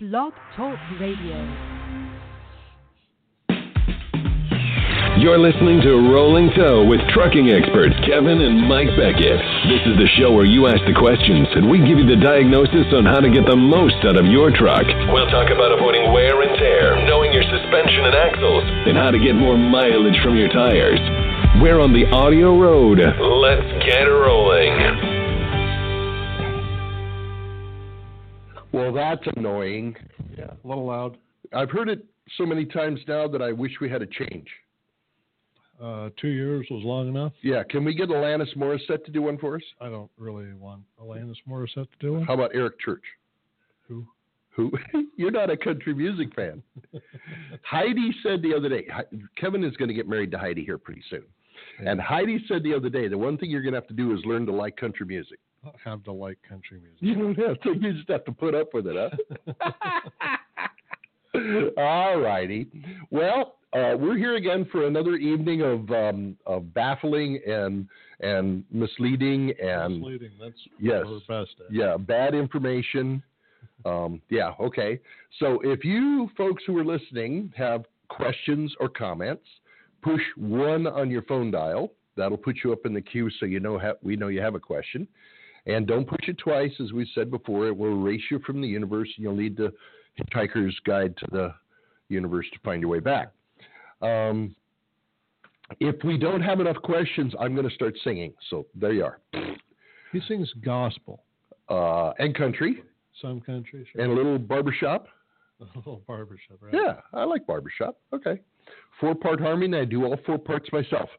Blog Talk Radio. You're listening to Rolling Toe with trucking experts Kevin and Mike Beckett. This is the show where you ask the questions and we give you the diagnosis on how to get the most out of your truck. We'll talk about avoiding wear and tear, knowing your suspension and axles, and how to get more mileage from your tires. We're on the audio road. Let's get rolling. Well, that's annoying. Yeah, a little loud. I've heard it so many times now that I wish we had a change. Uh, two years was long enough. Yeah, can we get Alanis Morissette to do one for us? I don't really want Alanis Morissette to do it. How about Eric Church? Who? Who? You're not a country music fan. Heidi said the other day, Hei- Kevin is going to get married to Heidi here pretty soon. And Heidi said the other day, the one thing you're going to have to do is learn to like country music. I don't have to like country music. You don't have to. You just have to put up with it, huh? All righty. Well, uh, we're here again for another evening of um, of baffling and and misleading and Misleading. That's Yes. what we're best at. yeah, bad information. Um, yeah, okay. So if you folks who are listening have questions or comments, push one on your phone dial. That'll put you up in the queue so you know ha- we know you have a question. And don't push it twice, as we said before. It will erase you from the universe, and you'll need the Hitchhiker's Guide to the Universe to find your way back. Um, if we don't have enough questions, I'm going to start singing. So there you are. He sings gospel. Uh, and country. Some countries. and a little barbershop. a little barbershop, right? Yeah, I like barbershop. Okay. Four part harmony, and I do all four parts myself.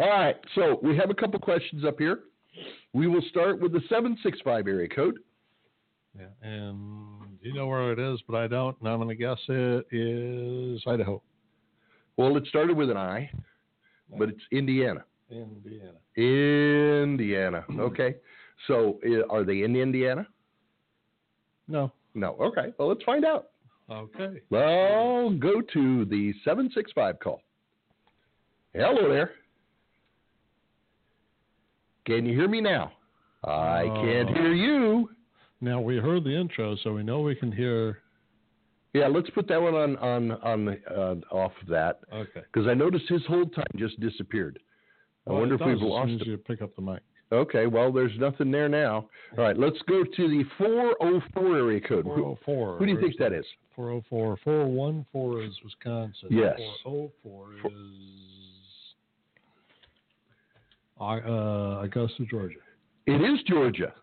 all right, so we have a couple questions up here. We will start with the 765 area code. Yeah. And you know where it is, but I don't. And I'm going to guess it is Idaho, Well, it started with an I, but it's Indiana. Indiana. Indiana. Okay. So i- are they in Indiana? No. No. Okay. Well, let's find out. Okay. Well, go to the 765 call. Hello there. Can you hear me now? I can't Oh. hear you. Now we heard the intro, so we know we can hear. Yeah, let's put that one on on on uh, off of that Okay. because I noticed his hold time just disappeared. I Well, wonder Oh, it if we've does as lost soon as it. you pick up the mic. Okay, well there's nothing there now. All right, let's go to the 404 area code. Who, 404. who do you think that is? 404. 414 is Wisconsin. Yes. 404 is I- uh, Augusta, Georgia. It is Georgia.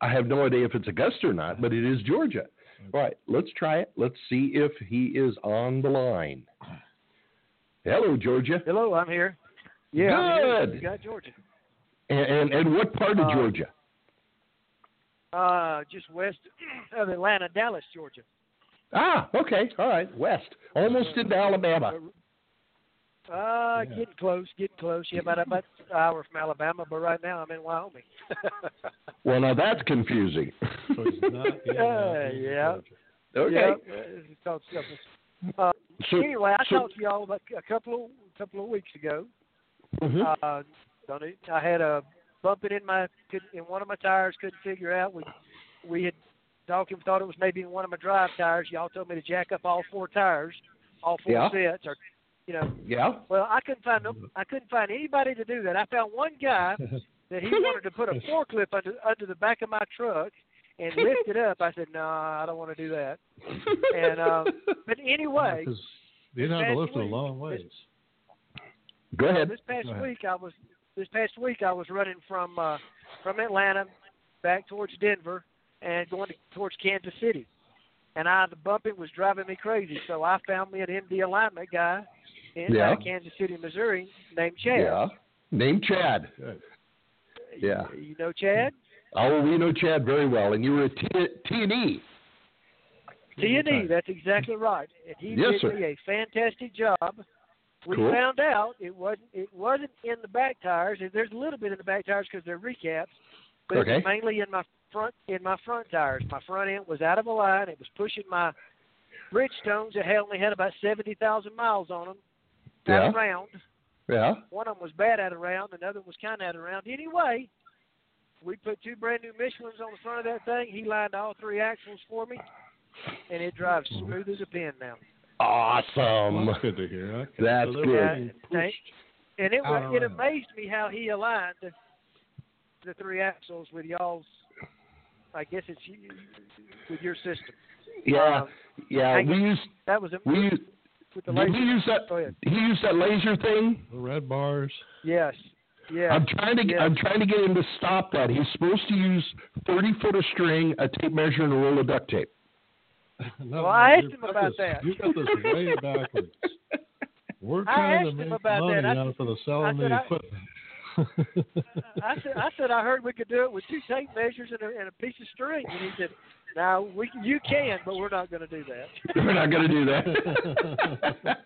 I have no idea if it's Augusta or not, but it is Georgia. All right, let's try it. Let's see if he is on the line. Hello, Georgia. Hello, I'm here. Yeah, I'm here. Good. You got Georgia. And and, and what part of Uh, Georgia? Uh, just west of Atlanta, Dallas, Georgia. Ah, okay. All right, west. Almost into Alabama. Uh, Yeah. getting close, getting close. Yeah, about about an hour from Alabama, but right now I'm in Wyoming. Well, now that's confusing. So it's not in Yeah, Athens, Uh, yeah. Georgia. okay. Yeah, it's called something. Uh, So, anyway, I so- talked to y'all about a couple of couple of weeks ago. Mhm. Uh, done it. I had a bumping in my couldn't- in one of my tires. Couldn't figure out. We we had Dawkins thought it was maybe in one of my drive tires. Y'all told me to jack up all four tires, all four Yeah. sets, or you know. yeah. Well, I couldn't find no, I couldn't find anybody to do that. I found one guy that he wanted to put a forklift under under the back of my truck and lift it up. I said, no, nah, I don't want to do that. And um, but anyway, 'Cause You'd have to Last lift it a week, long this- ways. Go ahead. this past Go ahead. week I was this past week I was running from uh, from Atlanta back towards Denver and going to, towards Kansas City, and I the bumping was driving me crazy. So I found me an MD alignment guy in Yeah. uh, Kansas City, Missouri, named Chad. Yeah. Name Chad. Good. Yeah. You know Chad? Oh, we know Chad very well, and you were at T and E. T and E. Okay. That's exactly right. And he Yes, did sir. me a fantastic job. We Cool. found out it wasn't it wasn't in the back tires. and There's a little bit in the back tires because they're recaps, but it Okay. was mainly in my front in my front tires. My front end was out of line. It was pushing my Bridgestones that had only had about seventy thousand miles on them. Yeah. Out around. Yeah. One of them was bad at around. Another one was kind of at around. Anyway, We put two brand new Michelins on the front of that thing. He lined all three axles for me, and it drives Mm-hmm. smooth as a pin now. Awesome. Well, good to hear. Okay. That's so they're good. being Yeah, pushed. And it Out was, it around. amazed me how he aligned the three axles with y'all's. I guess it's you- with your system. Yeah, Um, yeah. hang We on. used that was a, we used, with the did laser. he use Go that ahead. he used that laser thing. The red bars. Yes. Yeah. I'm trying to yeah. I'm trying to get him to stop that. He's supposed to use 30 foot of string, a tape measure, and a roll of duct tape. No, Well, I you've asked him got about this- that. You got this way backwards. We're I trying to asked him make about money that. I out for the selling said the I- equipment. I said, I said, I heard we could do it with two tape measures and a, and a piece of string. And he said, "No, we can, you can, but we're not going to do that." We're not going to do that.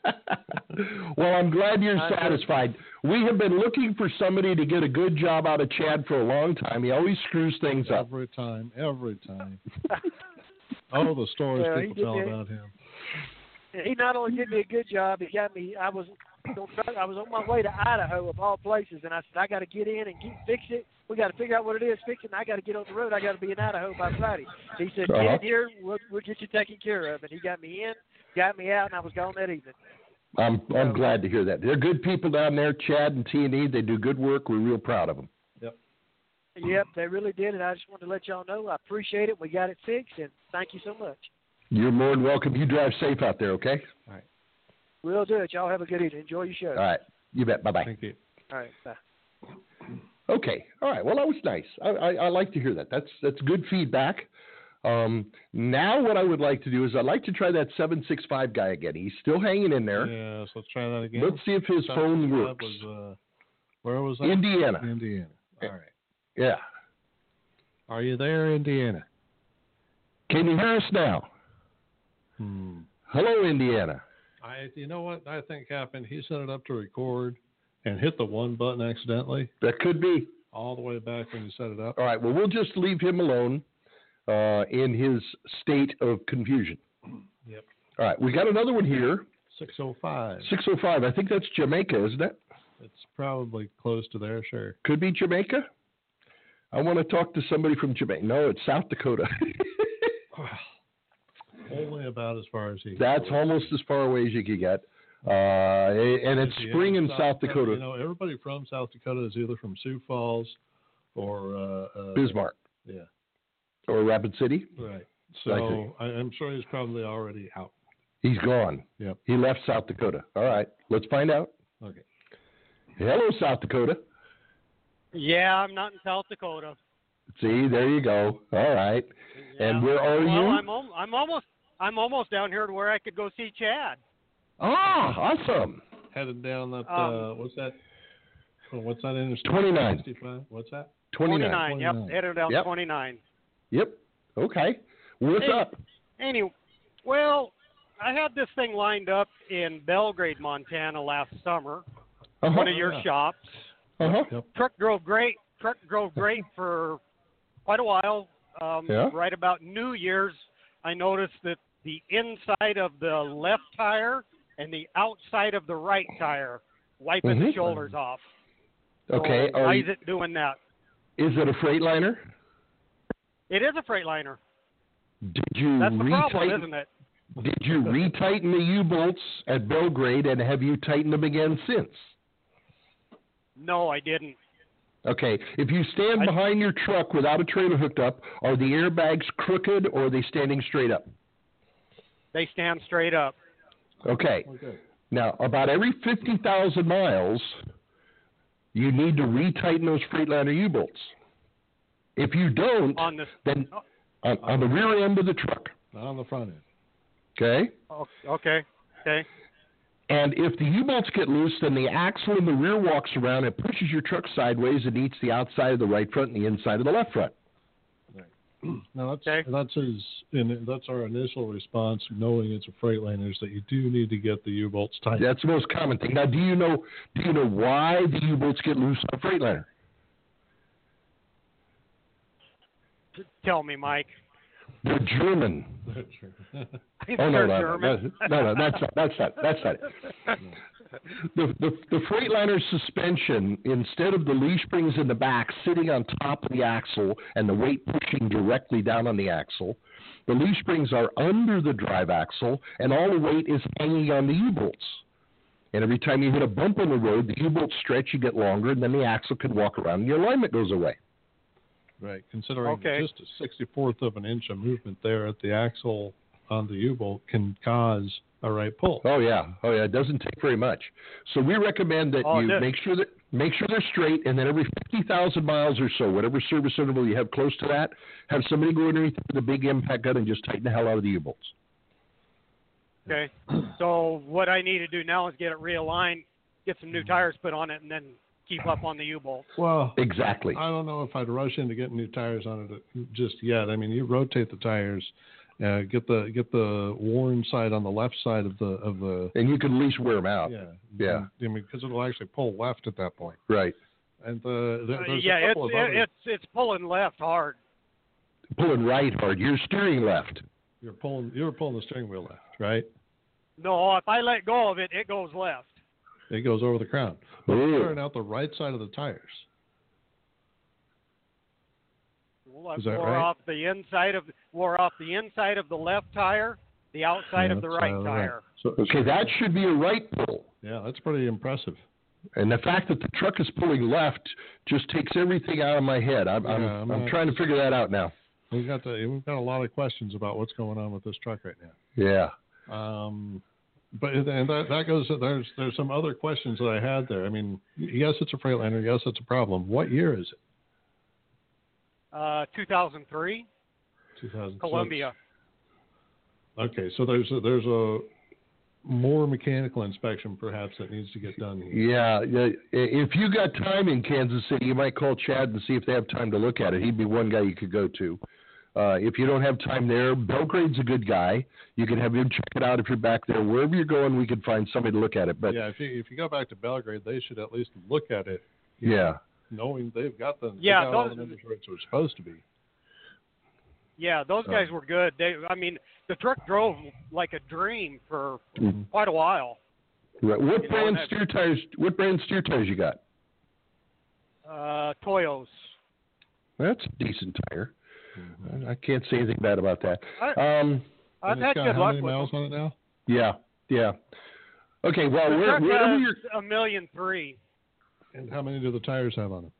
well, I'm glad you're I- satisfied. We have been looking for somebody to get a good job out of Chad for a long time. He always screws things up. every time, every time. Oh, the stories Well, he people tell did that. about him. And he not only did me a good job, he got me. I was on- I was on my way to Idaho of all places, and I said, I got to get in and get, fix it. We got to figure out what it is, fix it. And I got to get on the road. I got to be in Idaho by Friday. He said, Get Uh-huh. in here. We'll, we'll get you taken care of. And he got me in, got me out, and I was gone that evening. I'm I'm So- glad to hear that. They're good people down there, Chad and T and E. They do good work. We're real proud of them. Yep, they really did, and I just wanted to let y'all know I appreciate it. We got it fixed, and thank you so much. You're more than welcome. You drive safe out there, okay? We'll do it. Y'all have a good evening. Enjoy your show. All right. You bet. Bye bye. Thank you. All right, bye. Okay. All right. Well, that was nice. I, I, I like to hear that. That's that's good feedback. Um, now, what I would like to do is I'd like to try that seven six five guy again. He's still hanging in there. Yes, let's try that again. Let's see if his That- phone that works. was, uh, where was that? Indiana. Indiana. All right. Yeah. Are you there, Indiana? Can you hear us now? Hmm. Hello, Indiana. I, you know what I think happened? He set it up to record and hit the one button accidentally That could be. all the way back when you set it up. All right. Well, we'll just leave him alone uh, in his state of confusion. Yep. All right. We got another one here. 605. Six oh five. I think that's Jamaica, isn't it? It's probably close to there, sure. Could be Jamaica. I want to talk to somebody from Jamaica. No, it's South Dakota. Only about as far as he can That's go. almost as far away as you could get. Uh, and it's If you spring have in South You Dakota, know, everybody from South Dakota is either from Sioux Falls or uh, uh, Bismarck Yeah, or Rapid City. right. Likely. So I, I'm sure he's probably already out. He's gone. Yep. He left South Dakota. All right, let's find out. Okay. Hello, South Dakota. Yeah, I'm not in South Dakota. See, there you go. All right. And where are well, you? I'm al- I'm almost I'm almost down here to where I could go see Chad. Ah, awesome. Headed down that. Um, uh, what's that? oh, what's that interstate? 29. 65? What's that? 29. 29. 29. Yep, headed down Yep. 29. Yep. Okay. What's Hey. up? Anyway, well, I had this thing lined up in Belgrade, Montana last summer. Uh-huh. One of your shops. Uh-huh. Yep. Truck drove great. Truck drove great for quite a while. Um, Yeah. Right about New Year's, I noticed that the inside of the left tire and the outside of the right tire wiping the Mhm. shoulders off. Okay. So uh, Are why you- is it doing that? is it a Freightliner? It is a Freightliner. Did you That's the problem, retighten? isn't it? Did you retighten the U-bolts at Belgrade, and have you tightened them again since? No, I didn't. Okay, if you stand I- behind your truck without a trailer hooked up, are the airbags crooked or are they standing straight up? They stand straight up. Okay, Okay. now about every 50,000 miles, you need to retighten those Freightliner U bolts. If you don't, On this. then on, on the rear end of the truck, Not on the front end. okay? Oh, okay. Okay. And if the U bolts get loose, then the axle in the rear walks around and pushes your truck sideways and eats the outside of the right front and the inside of the left front. No, that's Okay. that's his. And that's our initial response, knowing it's a Freightliner, is that you do need to get the U-bolts tight. That's the most common thing. Now, do you know do you know why the U bolts get loose on a Freightliner? T- Tell me, Mike. They're German. Sure. Oh They're no, no, no, German. no, no, no, that's not, that's not, that's not it. the, the, the Freightliner suspension, instead of the leaf springs in the back sitting on top of the axle and the weight pushing directly down on the axle, the leaf springs are under the drive axle and all the weight is hanging on the U bolts. And every time you hit a bump in the road, the U bolts stretch, you get longer, and then the axle can walk around and your alignment goes away. Right, considering Okay. just a sixty-fourth of an inch of movement there at the axle on the U-bolt can cause a right pull. Oh yeah, oh yeah. It doesn't take very much. So we recommend that Oh, you it- make sure that make sure they're straight, and then every fifty thousand miles or so, whatever service interval you have close to that, have somebody go underneath with a big impact gun and just tighten the hell out of the U-bolts. Okay. So what I need to do now is get it realigned, get some new tires put on it, and then keep up on the U-bolt. Well, Exactly. I don't know if I'd rush into getting new tires on it just yet. I mean, you rotate the tires, uh, get the get the worn side on the left side of the of the And you can at least wear them out. yeah Yeah. I mean, because it'll actually pull left at that point. Right. And the, there- there's Uh, yeah, a it's couple of other, it's it's pulling left hard. Pulling right hard. You're steering left. you're pulling you're pulling the steering wheel left, right? No, if I let go of it, it goes left. It goes over the crown. But Ooh. you're tearing out the right side of the tires. Well, I Is that wore right? off the inside of wore off the inside of the left tire, the outside of the Outside right of the right. tire. So, okay, that should be a right pull. Yeah, that's pretty impressive. And the fact that the truck is pulling left just takes everything out of my head. I'm, I'm, Yeah, I'm I'm not- trying to figure that out now. We've got the we've got a lot of questions about what's going on with this truck right now. Yeah. Um, but and that, that goes. There's there's some other questions that I had there. I mean, yes, it's a Freightliner. Yes, it's a problem. What year is it? Uh, 2003, 2000. Columbia. okay, so there's a, there's a more mechanical inspection perhaps that needs to get done here. Yeah, yeah. I- If you got time in Kansas City, you might call Chad and see if they have time to look at it. He'd be one guy you could go to. Uh, if you don't have time there, Belgrade's a good guy. You can have him check it out if you're back there. Wherever you're going, we can find somebody to look at it. But yeah, yeah, if you if you go back to Belgrade, they should at least look at it, knowing they've got the they Yeah, got all the those- numbers where it's supposed to be. Yeah, those Oh. guys were good. They, I mean, the truck drove like a dream for quite a while. Right. What Mm-hmm. You know, brand and I- steer tires? What brand steer tires you got? Uh, Toyos. That's a decent tire. I I can't say anything bad about that. Um, I've Uh, And it's had got good how luck many with miles them. on it now? yeah, yeah. Okay, well, The where, truck wherever has you're, a million three. And how many do the tires have on them?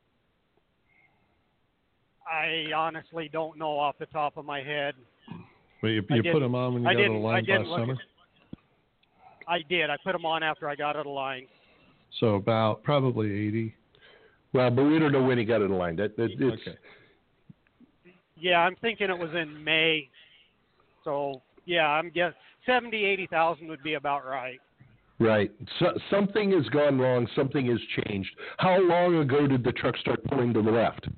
I honestly don't know off the top of my head. But you, I you put didn't- them on when you I got to the didn't. I line didn't last look summer. at- I did. I put them on after I got out of line. So about probably 80. well, but we don't know when he got it aligned. That, that, it's, Okay. Yeah, I'm thinking it was in May. So yeah, I'm guess seventy, eighty thousand would be about right. Right. So, something has gone wrong. Something has changed. How long ago did the truck start pulling to the left?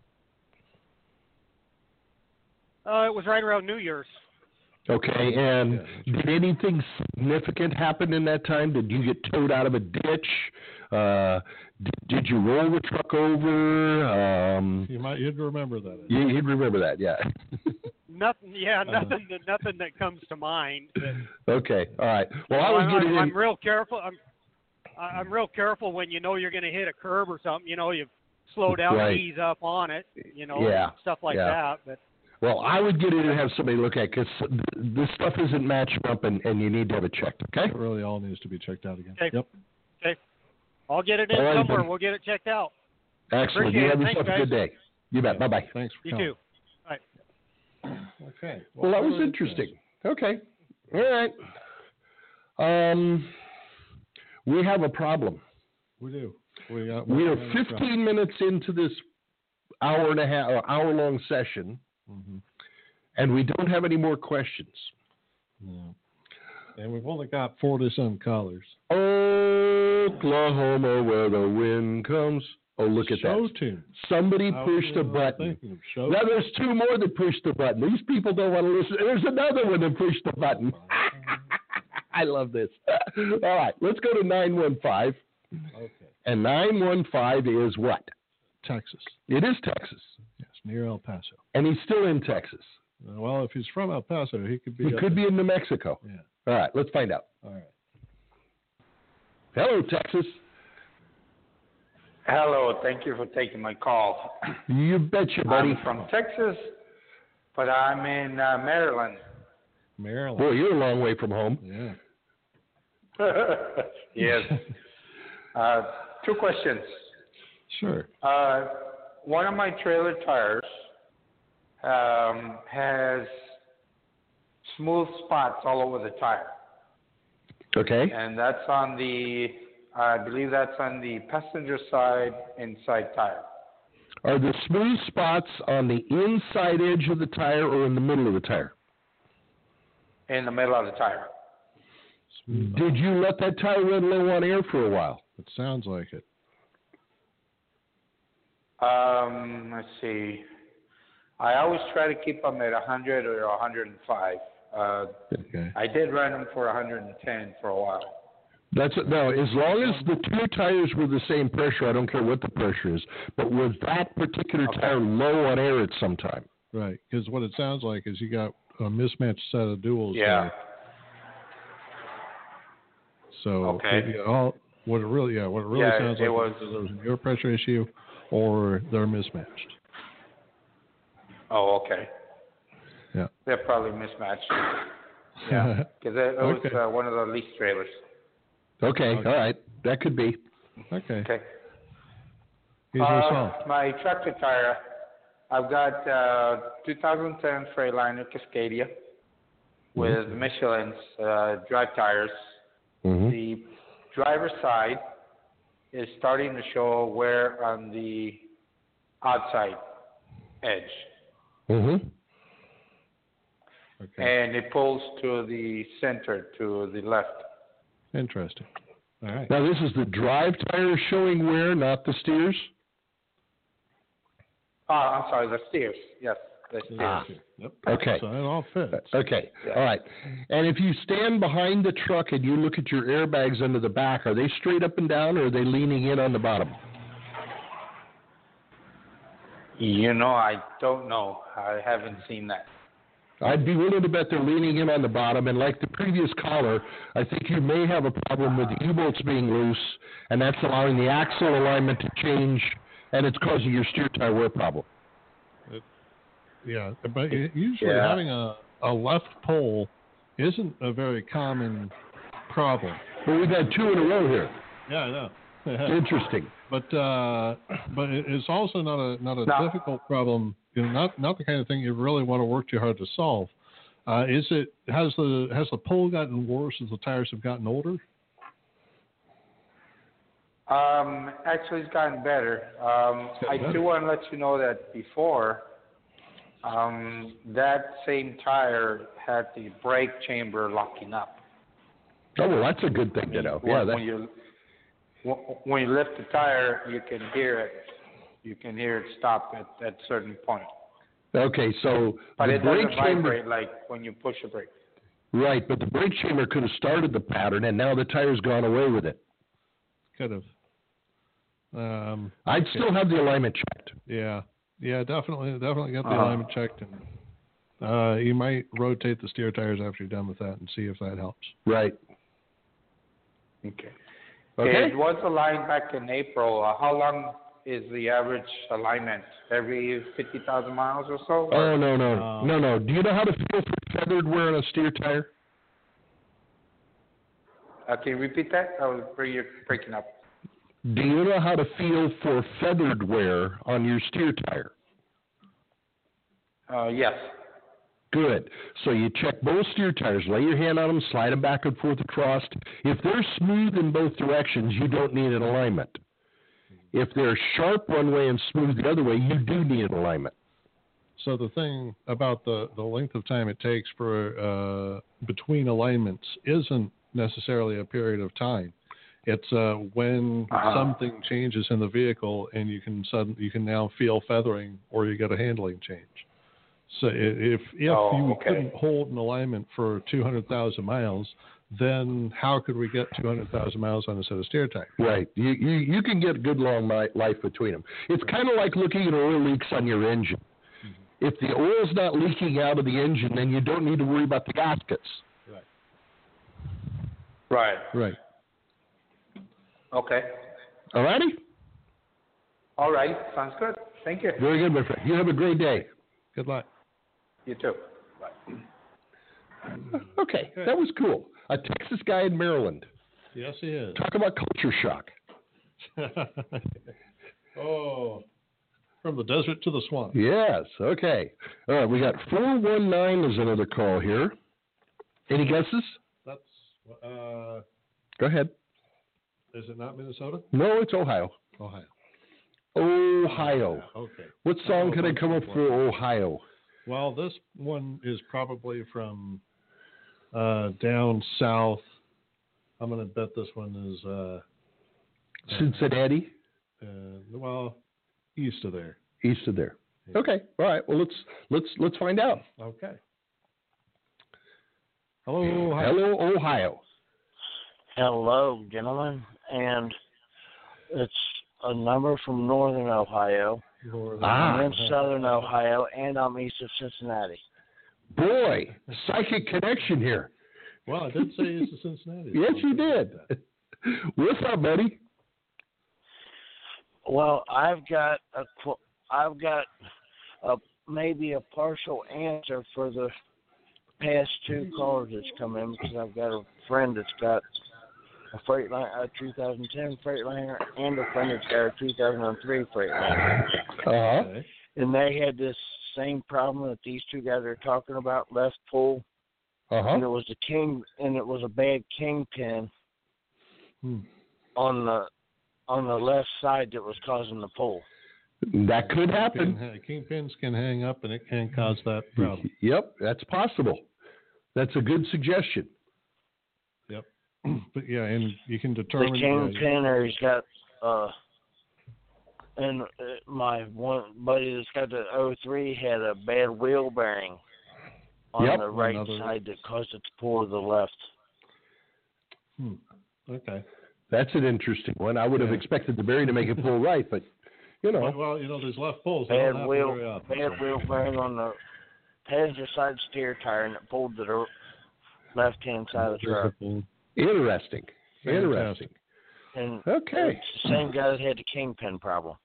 Uh, it was right around New Year's. Okay. And Yeah. did anything significant happen in that time? Did you get towed out of a ditch? Uh, did, did you roll the truck over? Um, You might you'd remember that. I you, you'd remember that, yeah. Nothing. Yeah, Uh-huh. nothing. nothing that comes to mind. But, okay. All right. Well, I I'm, was getting I'm- in. I'm real careful. I'm I- I'm real careful when you know you're going to hit a curb or something. You know, you slow down, Right. and ease up on it. You know, Yeah, stuff like yeah. that. But Well, I would get in and have somebody look at because th- this stuff isn't matching up, and, and you need to have it checked. Okay. It really all needs to be checked out again. Okay. Yep. I'll get it in All right, somewhere. buddy. We'll get it checked out. Excellent. Appreciate you it. have Thanks, yourself a guys. good day. You bet. Bye bye. Thanks for You calling. too. Okay. Well, that was very interesting. Okay. All right. Um, we have a problem. We do. We, got We are 15 minutes into this hour and a half, or hour long session, Mm-hmm. and we don't have any more questions. Yeah. And we've only got 40 some callers. Oklahoma, where the wind comes. Oh, look at show that. tune. Somebody I pushed a was button. thinking of Show Now there's two more that pushed the button. These people don't want to listen. There's another one that pushed the button. I love this. All right, let's go to 915. Okay. And 915 is what? Texas. It is Texas. Yes, near El Paso. And he's still in Texas. Uh, Well, if he's from El Paso, he could be. He up could there. be in New Mexico. Yeah. All right, let's find out. All right. Hello, Texas. Hello, thank you for taking my call. You betcha, buddy. I'm from Texas, but I'm in uh, Maryland. Maryland. Boy, you're a long way from home. Yeah. yes. uh, two questions. Sure. Uh, one of my trailer tires um, has smooth spots all over the tire, Okay. and that's on the, I believe that's on the passenger side inside tire. Are the smooth spots on the inside edge of the tire or in the middle of the tire? in the middle of the tire. Smooth. Did you let that tire run low on air for a while? It sounds like it. Um, let's see. I always try to keep them at 100 or 105. Uh, Okay. I did run them for 110 for a while. That's no. As long as the two tires were the same pressure, I don't care what the pressure is. But was that particular Okay. tire low on air at some time? Right. Because what it sounds like is you got a mismatched set of duels. Yeah. there. So Okay. it- it all what it really yeah what it really Yeah, sounds it like was- is there was an air pressure issue or they're mismatched. Oh, okay. Yeah. They're probably mismatched. Yeah. Because it, it was Okay. uh, one of the lease trailers. Okay, Okay. all right, that could be. Okay. Okay. Here's your Uh, song. my tractor tire, I've got uh, 2010 Freightliner Cascadia with Mm-hmm. Michelin's uh, drive tires. Mm-hmm. the driver's side is starting to show wear on the outside edge, Mm-hmm. Okay. and it pulls to the center to the left. Interesting. All right. Now this is the drive tire showing wear, not the steers. Ah, I'm sorry, the steers. Yes, the steers. Ah. Yep. Okay. Uh, So it all fits. Okay, all right. And if you stand behind the truck and you look at your airbags under the back, are they straight up and down or are they leaning in on the bottom? You know, I don't know. I haven't seen that. I'd be willing to bet they're leaning in on the bottom. And like the previous caller, I think you may have a problem with the U bolts being loose, and that's allowing the axle alignment to change, and it's causing your steer tire wear problem. Yeah, but u- usually Yeah. having a, a left pole isn't a very common problem. Well, we've had two in a row here. Yeah, I know. Interesting. but uh, but it- it's also not a not a No. difficult problem. You know, not not the kind of thing you really want to work too hard to solve. Uh, is it has the has the pole gotten worse as the tires have gotten older? Um, actually, it's gotten better. Um, I gotten better. do want to let you know that before, um, that same tire had the brake chamber locking up. Oh, well, that's a good thing to know. When, Yeah, that, when you when- when you lift the tire, you can hear it. You can hear it stop at at certain point, okay, so but the it brake doesn't chamber, vibrate like when you push a brake. right, but the brake chamber could have started the pattern, and now the tire's gone away with it. Could have. Um, I'd still have the alignment checked. yeah, yeah, definitely, definitely get the Uh-huh. alignment checked, and uh, you might rotate the steer tires after you're done with that and see if that helps. Right. Okay. Okay. It was aligned back in April. Uh, how long is the average alignment? Every fifty thousand miles or so? Oh no no Oh. no no. Do you know how to feel for feathered wear on a steer tire? Uh, can you repeat that? I was break- you're breaking up. Do you know how to feel for feathered wear on your steer tire? Uh, yes. Good. So you check both steer tires, lay your hand on them, slide them back and forth across. If they're smooth in both directions, you don't need an alignment. If they're sharp one way and smooth the other way, you do need an alignment. So the thing about the, the length of time it takes for uh, between alignments isn't necessarily a period of time. It's uh, when Uh-huh. something changes in the vehicle and you can sudden you can now feel feathering or you get a handling change. So i- if if Oh, you okay. couldn't hold an alignment for 200,000 miles, then how could we get 200,000 miles on a set of steer tires? Right. You you, you can get good long li- life between them. It's kind of like looking at oil leaks on your engine. If the oil's not leaking out of the engine, then you don't need to worry about the gaskets. Right. Right. Okay. All righty? All right. Sounds good. Thank you. Very good, my friend. You have a great day. Good luck. You too. Bye. Okay, that was cool. A Texas guy in Maryland. Yes, he is. Talk about culture shock. oh, from the desert to the swamp. Yes, okay. All right, we got 419 is another call here. Any guesses? That's uh, Go ahead. is it not Minnesota? No, it's Ohio. Ohio. Ohio. Okay. What song could I come up for Oh. Ohio? Well, this one is probably from uh, down south. I'm going to bet this one is uh, Cincinnati? uh, well east of there. East of there. Okay. All right. Well, let's let's let's find out. Okay. Hello, Ohio. Hello, Ohio. Hello, gentlemen, and it's a number from northern Ohio. Northern Ah. I'm in Ohio. southern Ohio, and I'm east of Cincinnati. Boy, psychic connection here. Well, I did say east of Cincinnati. Yes, you did. What's up, buddy? Well, I've got a, qu- I've got a maybe a partial answer for the past two callers that's come in because I've got a friend that's got a Freightliner, a 2010 Freightliner, and a friend that's got a 2003 Freightliner. Uh-huh. Okay. and they had this same problem that these two guys are talking about left pull and Uh-huh. it was the king and it was a bad kingpin Hmm. on the on the left side that was causing the pull That could happen. Kingpin- Kingpins can hang up, and it can cause that problem. Yep, that's possible. That's a good suggestion. but yeah, and you can the determine. yeah, kingpin or he's got uh and uh, my one buddy that's got the O three had a bad wheel bearing on Yep. the right Another- side that caused it to pull to the left. Hmm. okay. That's an interesting one. I would have Yeah. expected the berry to make it pull right, but you know, Well, well, you know, there's left pulls. They don't Bad happen wheel, very often, bad so. wheel bearing on the passenger side steer tire, and it pulled to the left hand side of the truck. interesting. Interesting. Fantastic. And Okay, it's the same guy that had the kingpin problem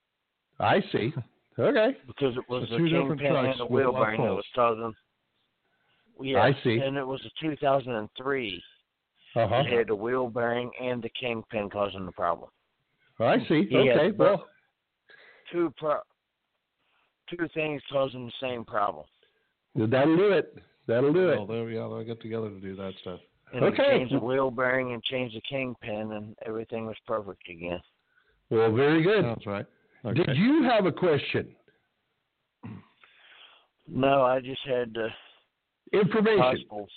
I see. Okay, because it was So the two different kingpin trucks and the with wheel lock bearing that holes. was causing. Yeah, I see. And it was a 2003 uh-huh. that had the wheel bearing and the kingpin causing the problem. I see. Yeah, Okay, but- well, Two pro- two things causing the same problem. that'll do it. That'll do it. Well, they, yeah, they'll get together to do that stuff. And Okay. they changed the wheel bearing and changed the kingpin, and everything was perfect again. Well, very good. Sounds right. Okay. Did you have a question? No, I just had the Information. possible.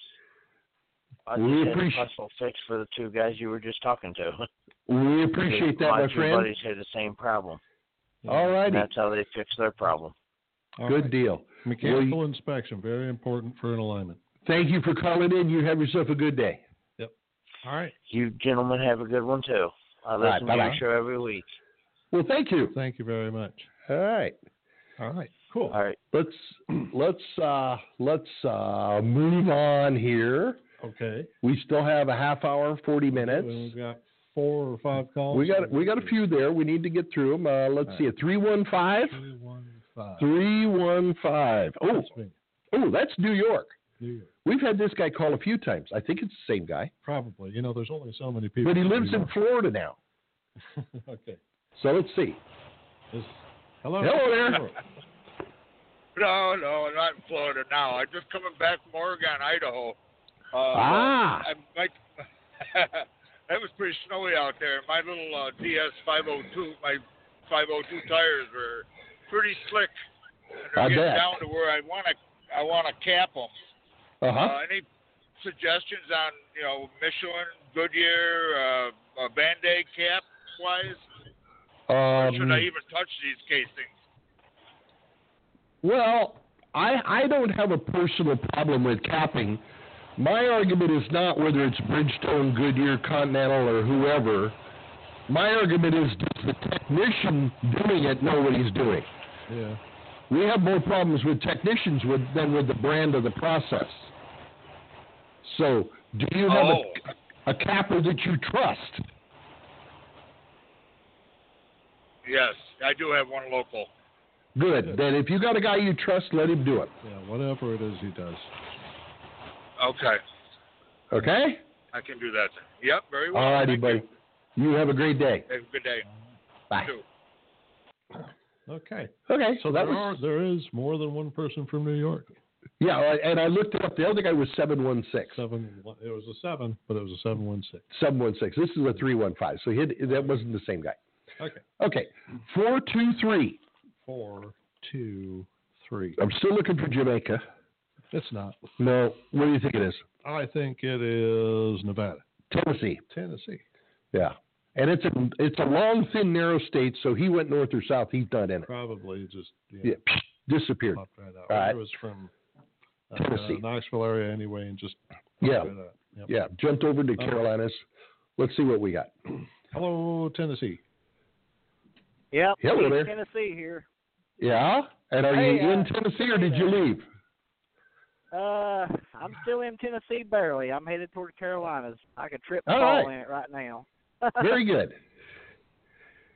I We just had a appreciate- possible fix for the two guys you were just talking to. We appreciate that, my my two friend. buddies had the same problem. All And righty. that's how they fixed their problem. All Good right. deal. Mechanical inspection, very important for an alignment. Thank you for calling in. You have yourself a good day. All right. You gentlemen have a good one too. I right, listen to bye-bye. your show every week. Well, thank you. Thank you very much. All right. All right. Cool. All right. let's let's uh, let's uh, move on here. Okay. We still have a half hour, forty We've minutes. got four or five calls. We got we got a few there. We need to get through them. Uh, let's see, three one five, Two, one, five. three one five. Oh, That's me. oh, that's New York. New York. We've had this guy call a few times. I think it's the same guy, Probably. You know, there's only so many people. but he lives New in York. Florida now. okay. So let's see. This- hello. Hello there. No, no, not in Florida now. I'm just coming back from Oregon, Idaho. Uh, Ah. I might, that was pretty snowy out there. My little uh, DS 502, my 502 tires were pretty slick. And they're I getting bet. down to where I want to, I want to cap them. Uh huh. Uh, any suggestions on, you know, Michelin, Goodyear, uh, uh, Band-Aid cap wise? or should Um, I even touch these casings? Well, I I don't have a personal problem with capping. My argument is not whether it's Bridgestone, Goodyear, Continental, or whoever. My argument is does the technician doing it know what he's doing? Yeah. We have more problems with technicians with, than with the brand of the process. So, do you have Oh. a, a capper that you trust? Yes, I do have one local. Good. Then if you got a guy you trust, let him do it. Yeah, whatever it is he does. Okay, Okay? I can do that. Yep, very well. All righty, Thank buddy. You have a great day. you. Have a good day. Bye. Too. Okay. Okay. So that there, was, are, there is more than one person from New York. yeah, I- and I looked it up. The other guy was 716. Seven. It was a seven, but it was a seven one six. 716. This is a 315. So he had, that wasn't the same guy. Okay. Okay. 423. Four, two, three. I'm still looking for Jamaica. It's not. No. What do you think it is? I think it is Nevada, Tennessee. Tennessee. Yeah. And it's a it's a long, thin, narrow state, so he went north or south, he's not in it. Probably just yeah, Yeah. Disappeared. popped right out. All right. It was from uh, Tennessee. Knoxville area anyway, and just popped Yeah. right out. Yep. Uh, Uh-huh. Yeah. Jumped over to Okay. Carolinas. Let's see what we got. Hello, Tennessee. Yep. Hello East there. Tennessee here. Yeah? And are Hey, you uh, in Tennessee or did you leave? Uh, I'm still in Tennessee barely. I'm headed toward the Carolinas. I could trip and All fall right. in it right now. Very good.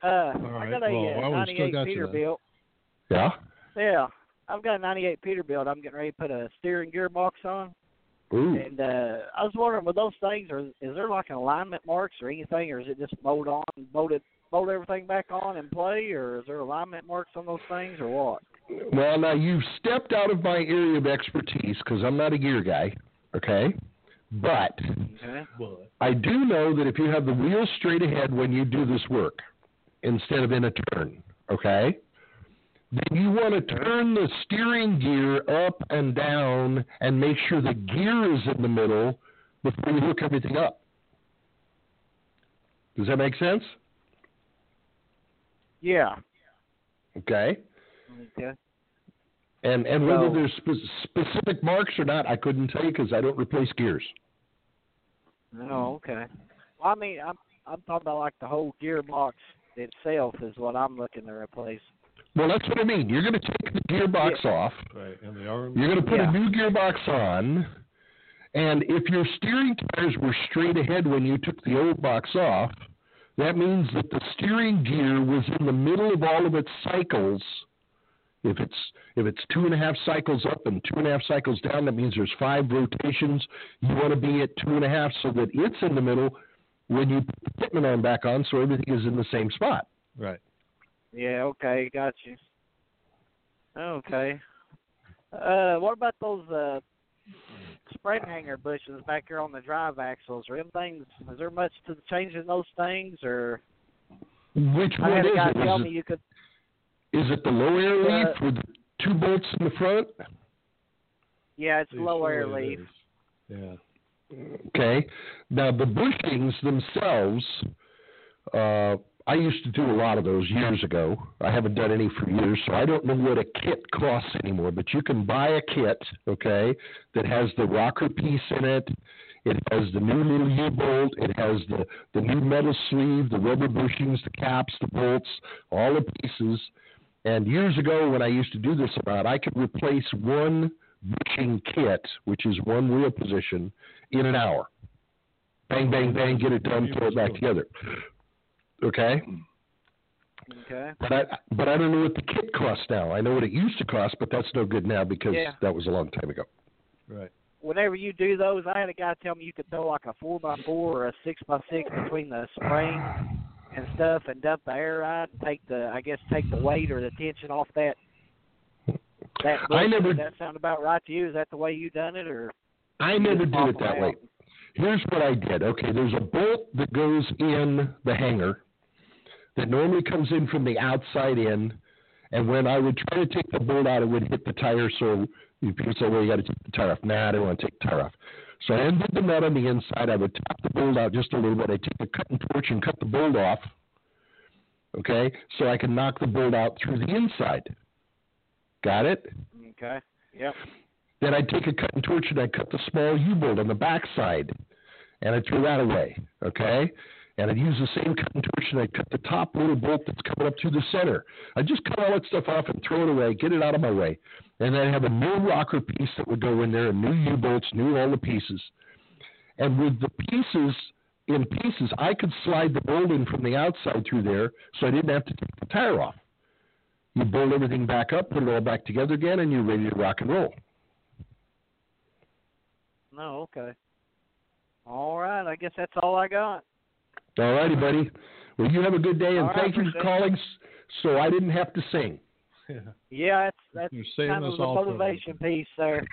uh, right. I got a Well, uh, well, we still 98 got you then. Peterbilt. Yeah. Yeah, I've got a 98 Peterbilt. I'm getting ready to put a steering gearbox on. Ooh. And uh, I was wondering, with those things, are, is there like alignment marks or anything, or is it just mold on, molded, mold everything back on and play, or is there alignment marks on those things, or what? Well, now you've stepped out of my area of expertise because I'm not a gear guy. Okay. But Okay. I do know that if you have the wheels straight ahead when you do this work instead of in a turn, okay, then you want to turn the steering gear up and down and make sure the gear is in the middle before you hook everything up. Does that make sense? Yeah. Okay. Okay. And and whether So- there's spe- specific marks or not, I couldn't tell you because I don't replace gears. Oh, okay. Well, I mean, I'm I'm talking about like the whole gearbox itself is what I'm looking to replace. Well, that's what I mean. You're going to take the gearbox off. Right, and the arm. You're going to put Yeah. a new gearbox on, and if your steering tires were straight ahead when you took the old box off, that means that the steering gear was in the middle of all of its cycles. If it's if it's two and a half cycles up and two and a half cycles down, that means there's five rotations. You want to be at two and a half so that it's in the middle when you put the pitman on back on, so everything is in the same spot. Right. Yeah. Okay. Got you. Okay. Uh, what about those uh spring hanger bushes back here on the drive axles? Are them things? Is there much to changing those things, or Which I one had is a guy it? tell Is me you could. it? Is it the low air Uh, leaf with two bolts in the front? Yeah, it's See, low air surely it leaf. is. Yeah. Okay. Now the bushings themselves, uh, I used to do a lot of those years ago. I haven't done any for years, so I don't know what a kit costs anymore. But you can buy a kit, okay, that has the rocker piece in it. It has the new little U bolt. It has the, the new metal sleeve, the rubber bushings, the caps, the bolts, all the pieces. And years ago, when I used to do this about, I could replace one bushing kit, which is one wheel position, in an hour. Bang, bang, bang, get it done, put it back together. Okay? Okay. But I but I don't know what the kit costs now. I know what it used to cost, but that's no good now because Yeah. that was a long time ago. Right. whenever you do those, I had a guy tell me you could throw like a four by four or a six by six between the spring and stuff, and dump the air out, take the I guess take the weight or the tension off that. That I bush. never- Does that sound about right to you? Is that the way you done it, or I you never just did pop it that them way. out? Here's what I did. Okay, there's a bolt that goes in the hanger that normally comes in from the outside in, and when I would try to take the bolt out, it would hit the tire. So you- people say, "Well, you got to take the tire off." Nah, I don't want to take the tire off. So I undid the nut on the inside. I would top the bolt out just a little bit. I take a cutting torch and cut the bolt off. Okay, so I can knock the bolt out through the inside. Got it? Okay. Yep. Then I'd take a cutting torch and I'd cut the small U bolt on the backside and I threw that away. Okay? And I'd use the same cutting torch and I'd cut the top little bolt that's coming up through the center. I'd just cut all that stuff off and throw it away, get it out of my way. And then I'd have a new rocker piece that would go in there, and new U bolts, new all the pieces. And with the pieces in pieces, I could slide the bolt in from the outside through there, so I didn't have to take the tire off. You bolt everything back up, put it all back together again, and you're ready to rock and roll. No, okay. All right, I guess that's all I got. All righty, buddy. Well, you have a good day, and All right, thank you for appreciate it. calling. s- So I didn't have to sing. Yeah. Yeah, that's You're that's saving kind of us a all from it. motivation piece there.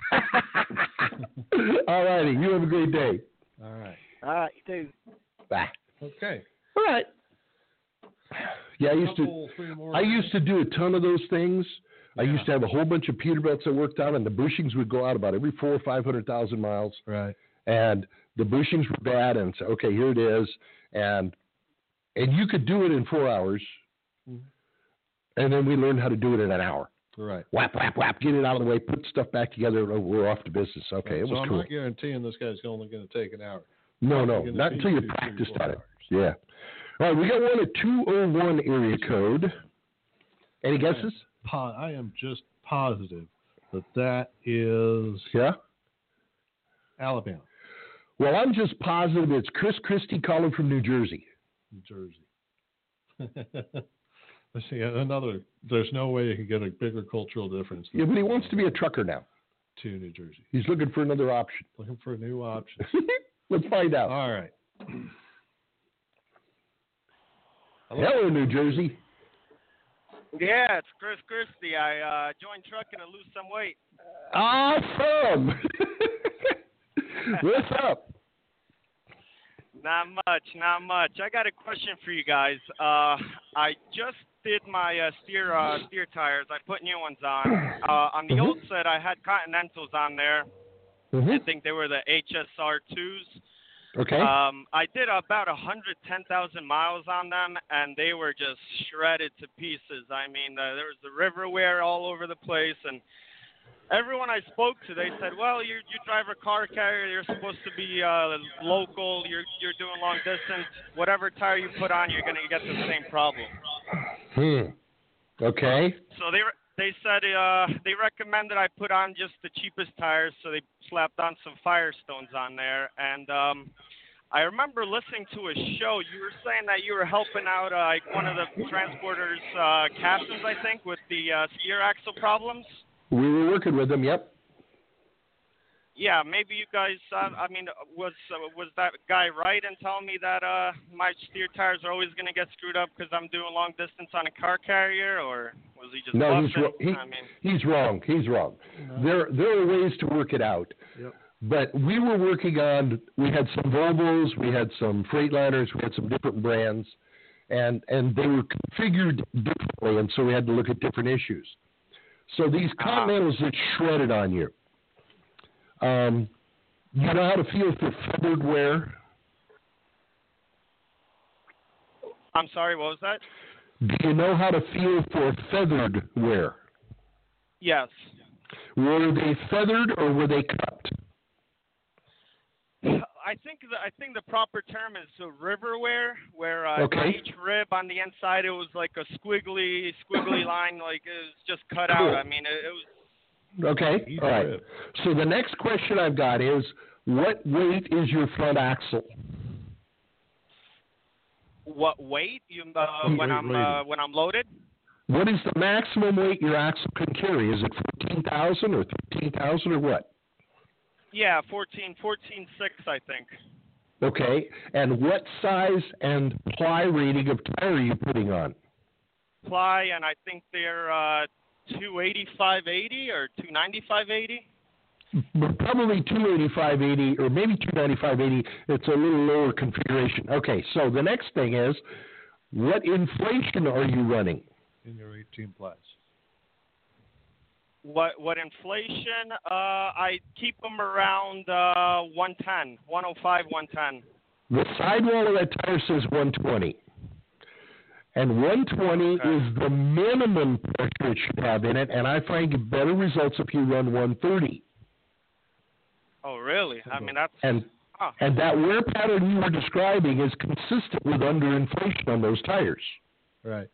all righty, you have a great day. All right. all right, you too. Bye. Okay. All right. Yeah, I used to. Couple, three more I used to do a ton of those things. I Yeah. used to have a whole bunch of Peterbilts I worked on, and the bushings would go out about every four or five hundred thousand miles. Right. and the bushings were bad and so okay here it is and and you could do it in four hours Mhm. and then we learned how to do it in an hour Right. whap whap whap get it out of the way put stuff back together and oh, we're off to business okay it so was I'm cool not guaranteeing this guy's only going to take an hour. no Probably no gonna not be until you're two, three, practiced four on it hours. yeah all right we got one at 201 area code any Okay. guesses Po- I am just positive that that is yeah Alabama, well i'm just positive it's chris christie calling from new jersey New Jersey. Let's see another. There's no way you can get a bigger cultural difference. than yeah, but he wants to be a trucker now to New Jersey. he's looking for another option Looking for a new option. let's find out All right. hello new jersey Yeah, it's Chris Christie. I uh, joined trucking to lose some weight. Awesome. What's up? Not much, not much. I got a question for you guys. Uh, I just did my uh, steer uh, steer tires. I put new ones on. Uh, on Mm-hmm. the old set, I had Continentals on there. I think they were the HSR2s. Okay. Um, I did about 110,000 miles on them, and they were just shredded to pieces. I mean, uh, there was the river wear all over the place, and everyone I spoke to, they said, "Well, you you drive a car carrier. You're supposed to be uh, local. You're you're doing long distance. Whatever tire you put on, you're gonna get the same problem." hmm. Okay. So they re- they said uh, they recommended I put on just the cheapest tires, so they slapped on some Firestones on there. And um, I remember listening to a show. You were saying that you were helping out uh, like one of the transporters, uh, captains, I think, with the uh, steer axle problems. We were working with them. Yep. Yeah, maybe you guys. Uh, I mean, was uh, was that guy right in telling me that uh, my steer tires are always going to get screwed up because I'm doing long distance on a car carrier, or was he just No, he's bluffing? wro- he- I mean, He's wrong. He's wrong. There there are ways to work it out. Yep. But we were working on. We had some Volvos. We had some Freightliners. We had some different brands, and and they were configured differently, and so we had to look at different issues. So these Uh-huh. Continentals that shredded on you. Um, you know how to feel for feathered wear. I'm sorry, what was that? Do you know how to feel for feathered wear? Yes. Were they feathered or were they cupped? I think the I think the proper term is the river wear, where uh, Okay. each rib on the inside it was like a squiggly squiggly line, like it was just cut out. Cool. I mean, it, it was Okay. He's All right. ripped. So the next question I've got is what weight is your front axle? what weight you uh, Weight when I'm rated. uh, when I'm loaded. What is the maximum weight your axle can carry? Is it 14,000 or 13,000 or what? Yeah, 14, 14.6, I think. Okay. And what size and ply rating of tire are you putting on? Ply, and I think they're uh, 285.80 or 295.80. Probably 285.80 or maybe 295.80. It's a little lower configuration. Okay. So the next thing is what inflation are you running? in your 18 plots. What what inflation? Uh, I keep them around uh, 110, 105, 110. The sidewall of that tire says 120. And 120 Okay. is the minimum pressure it should have in it, and I find you better results if you run 130. Oh, really? I Mm-hmm. mean, that's And Huh. and that wear pattern you were describing is consistent with underinflation on those tires. Right.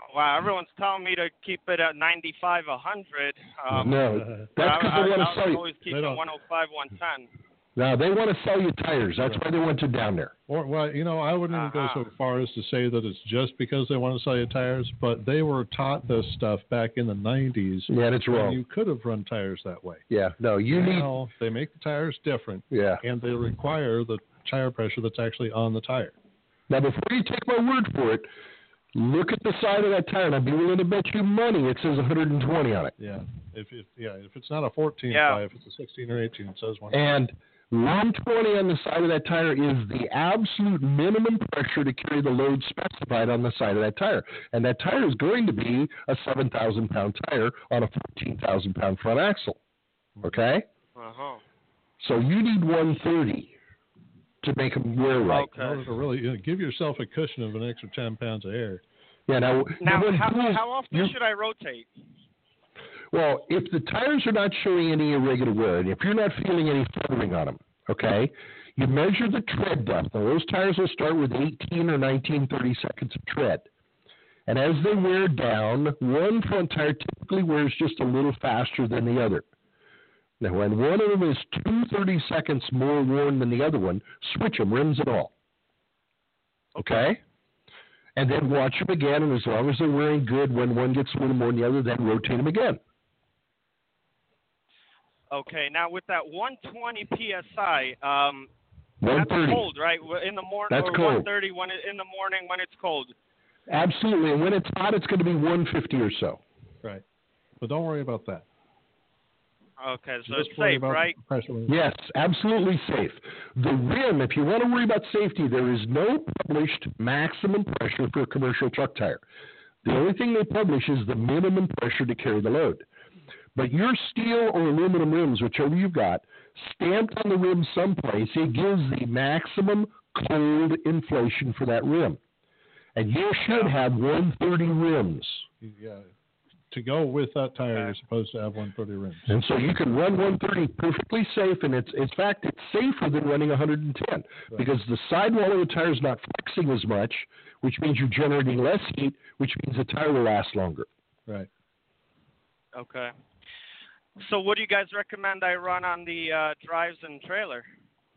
Oh, wow. Everyone's telling me to keep it at 95, 100. Um, no, uh, that's but because I, I, Um, they want uh, I to sell was you. always oh keep They it don't- 105, 110. Now they want to sell you tires. That's why they want you down there. Or, well, you know, I wouldn't even go so far as to say that it's just because they want to sell you tires, but they were taught this stuff back in the 90s. Yeah, and it's when wrong. You could have run tires that way. Yeah, no, you need. now they make the tires different, Yeah. and they require the tire pressure that's actually on the tire. Now before you take my word for it, look at the side of that tire, and I'd be willing to bet you money it says 120 on it. Yeah. If it, yeah, if it's not a 14 Yeah. ply, if it's a 16 or 18, it says one. And 120 on the side of that tire is the absolute minimum pressure to carry the load specified on the side of that tire. And that tire is going to be a 7,000 pound tire on a 14,000 pound front axle. Okay? Uh huh. So you need 130 to make them wear right. in order Okay. to really you know, give yourself a cushion of an extra 10 pounds of air. Yeah, now, Now, what how, it is- how often you- should I rotate? Well, if the tires are not showing any irregular wear, and if you're not feeling any feathering on them, okay, you measure the tread depth. Now, those tires will start with 18 or 19, 30 seconds of tread. And as they wear down, one front tire typically wears just a little faster than the other. Now, when one of them is two thirty seconds more worn than the other one, switch them, rims and all. Okay? And then watch them again, and as long as they're wearing good, when one gets a little more than the other, then rotate them again. Okay. Now with that 120 psi, um, that's 130. cold, right? Well, In the morning, That's or cold. 130 when it, in the morning when it's cold. Absolutely. And when it's hot, it's going to be 150 or so. Right. But don't worry about that. Okay, so Just it's worry safe, about right? the pressure when- Yes, absolutely safe. The rim, if you want to worry about safety, there is no published maximum pressure for a commercial truck tire. The only thing they publish is the minimum pressure to carry the load. But your steel or aluminum rims, whichever you've got, stamped on the rim someplace, it gives the maximum cold inflation for that rim. And you should have 130 rims. Yeah. To go with that tire, you're supposed to have 130 rims. And so you can run 130 perfectly safe, and it's in fact it's safer than running 110 because the sidewall of the tire is not flexing as much, which means you're generating less heat, which means the tire will last longer. Right. Okay. So what do you guys recommend I run on the uh, drives and trailer?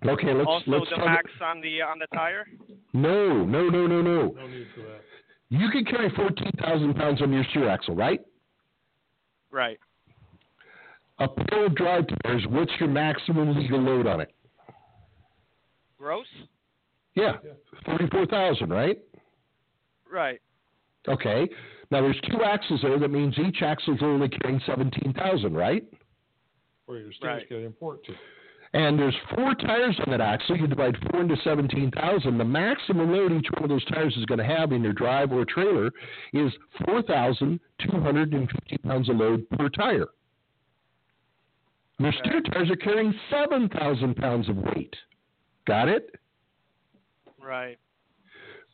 Okay, let's also let's the cover- max on the on the tire. No, no, no, no, no. No need for that. You can carry 14,000 pounds on your steer axle, right? Right. A pair of drive tires. What's your maximum legal load on it? Gross. Yeah, 34,000, right? Right. Okay. Now there's two axles there. That means each axle's only carrying 17,000, right? Where your steers Right. get important to. And there's four tires on that axle. You divide four into 17,000. The maximum load each one of those tires is going to have in your drive or trailer is 4,250 pounds of load per tire. And Their steer tires are carrying 7,000 pounds of weight. Got it? Right.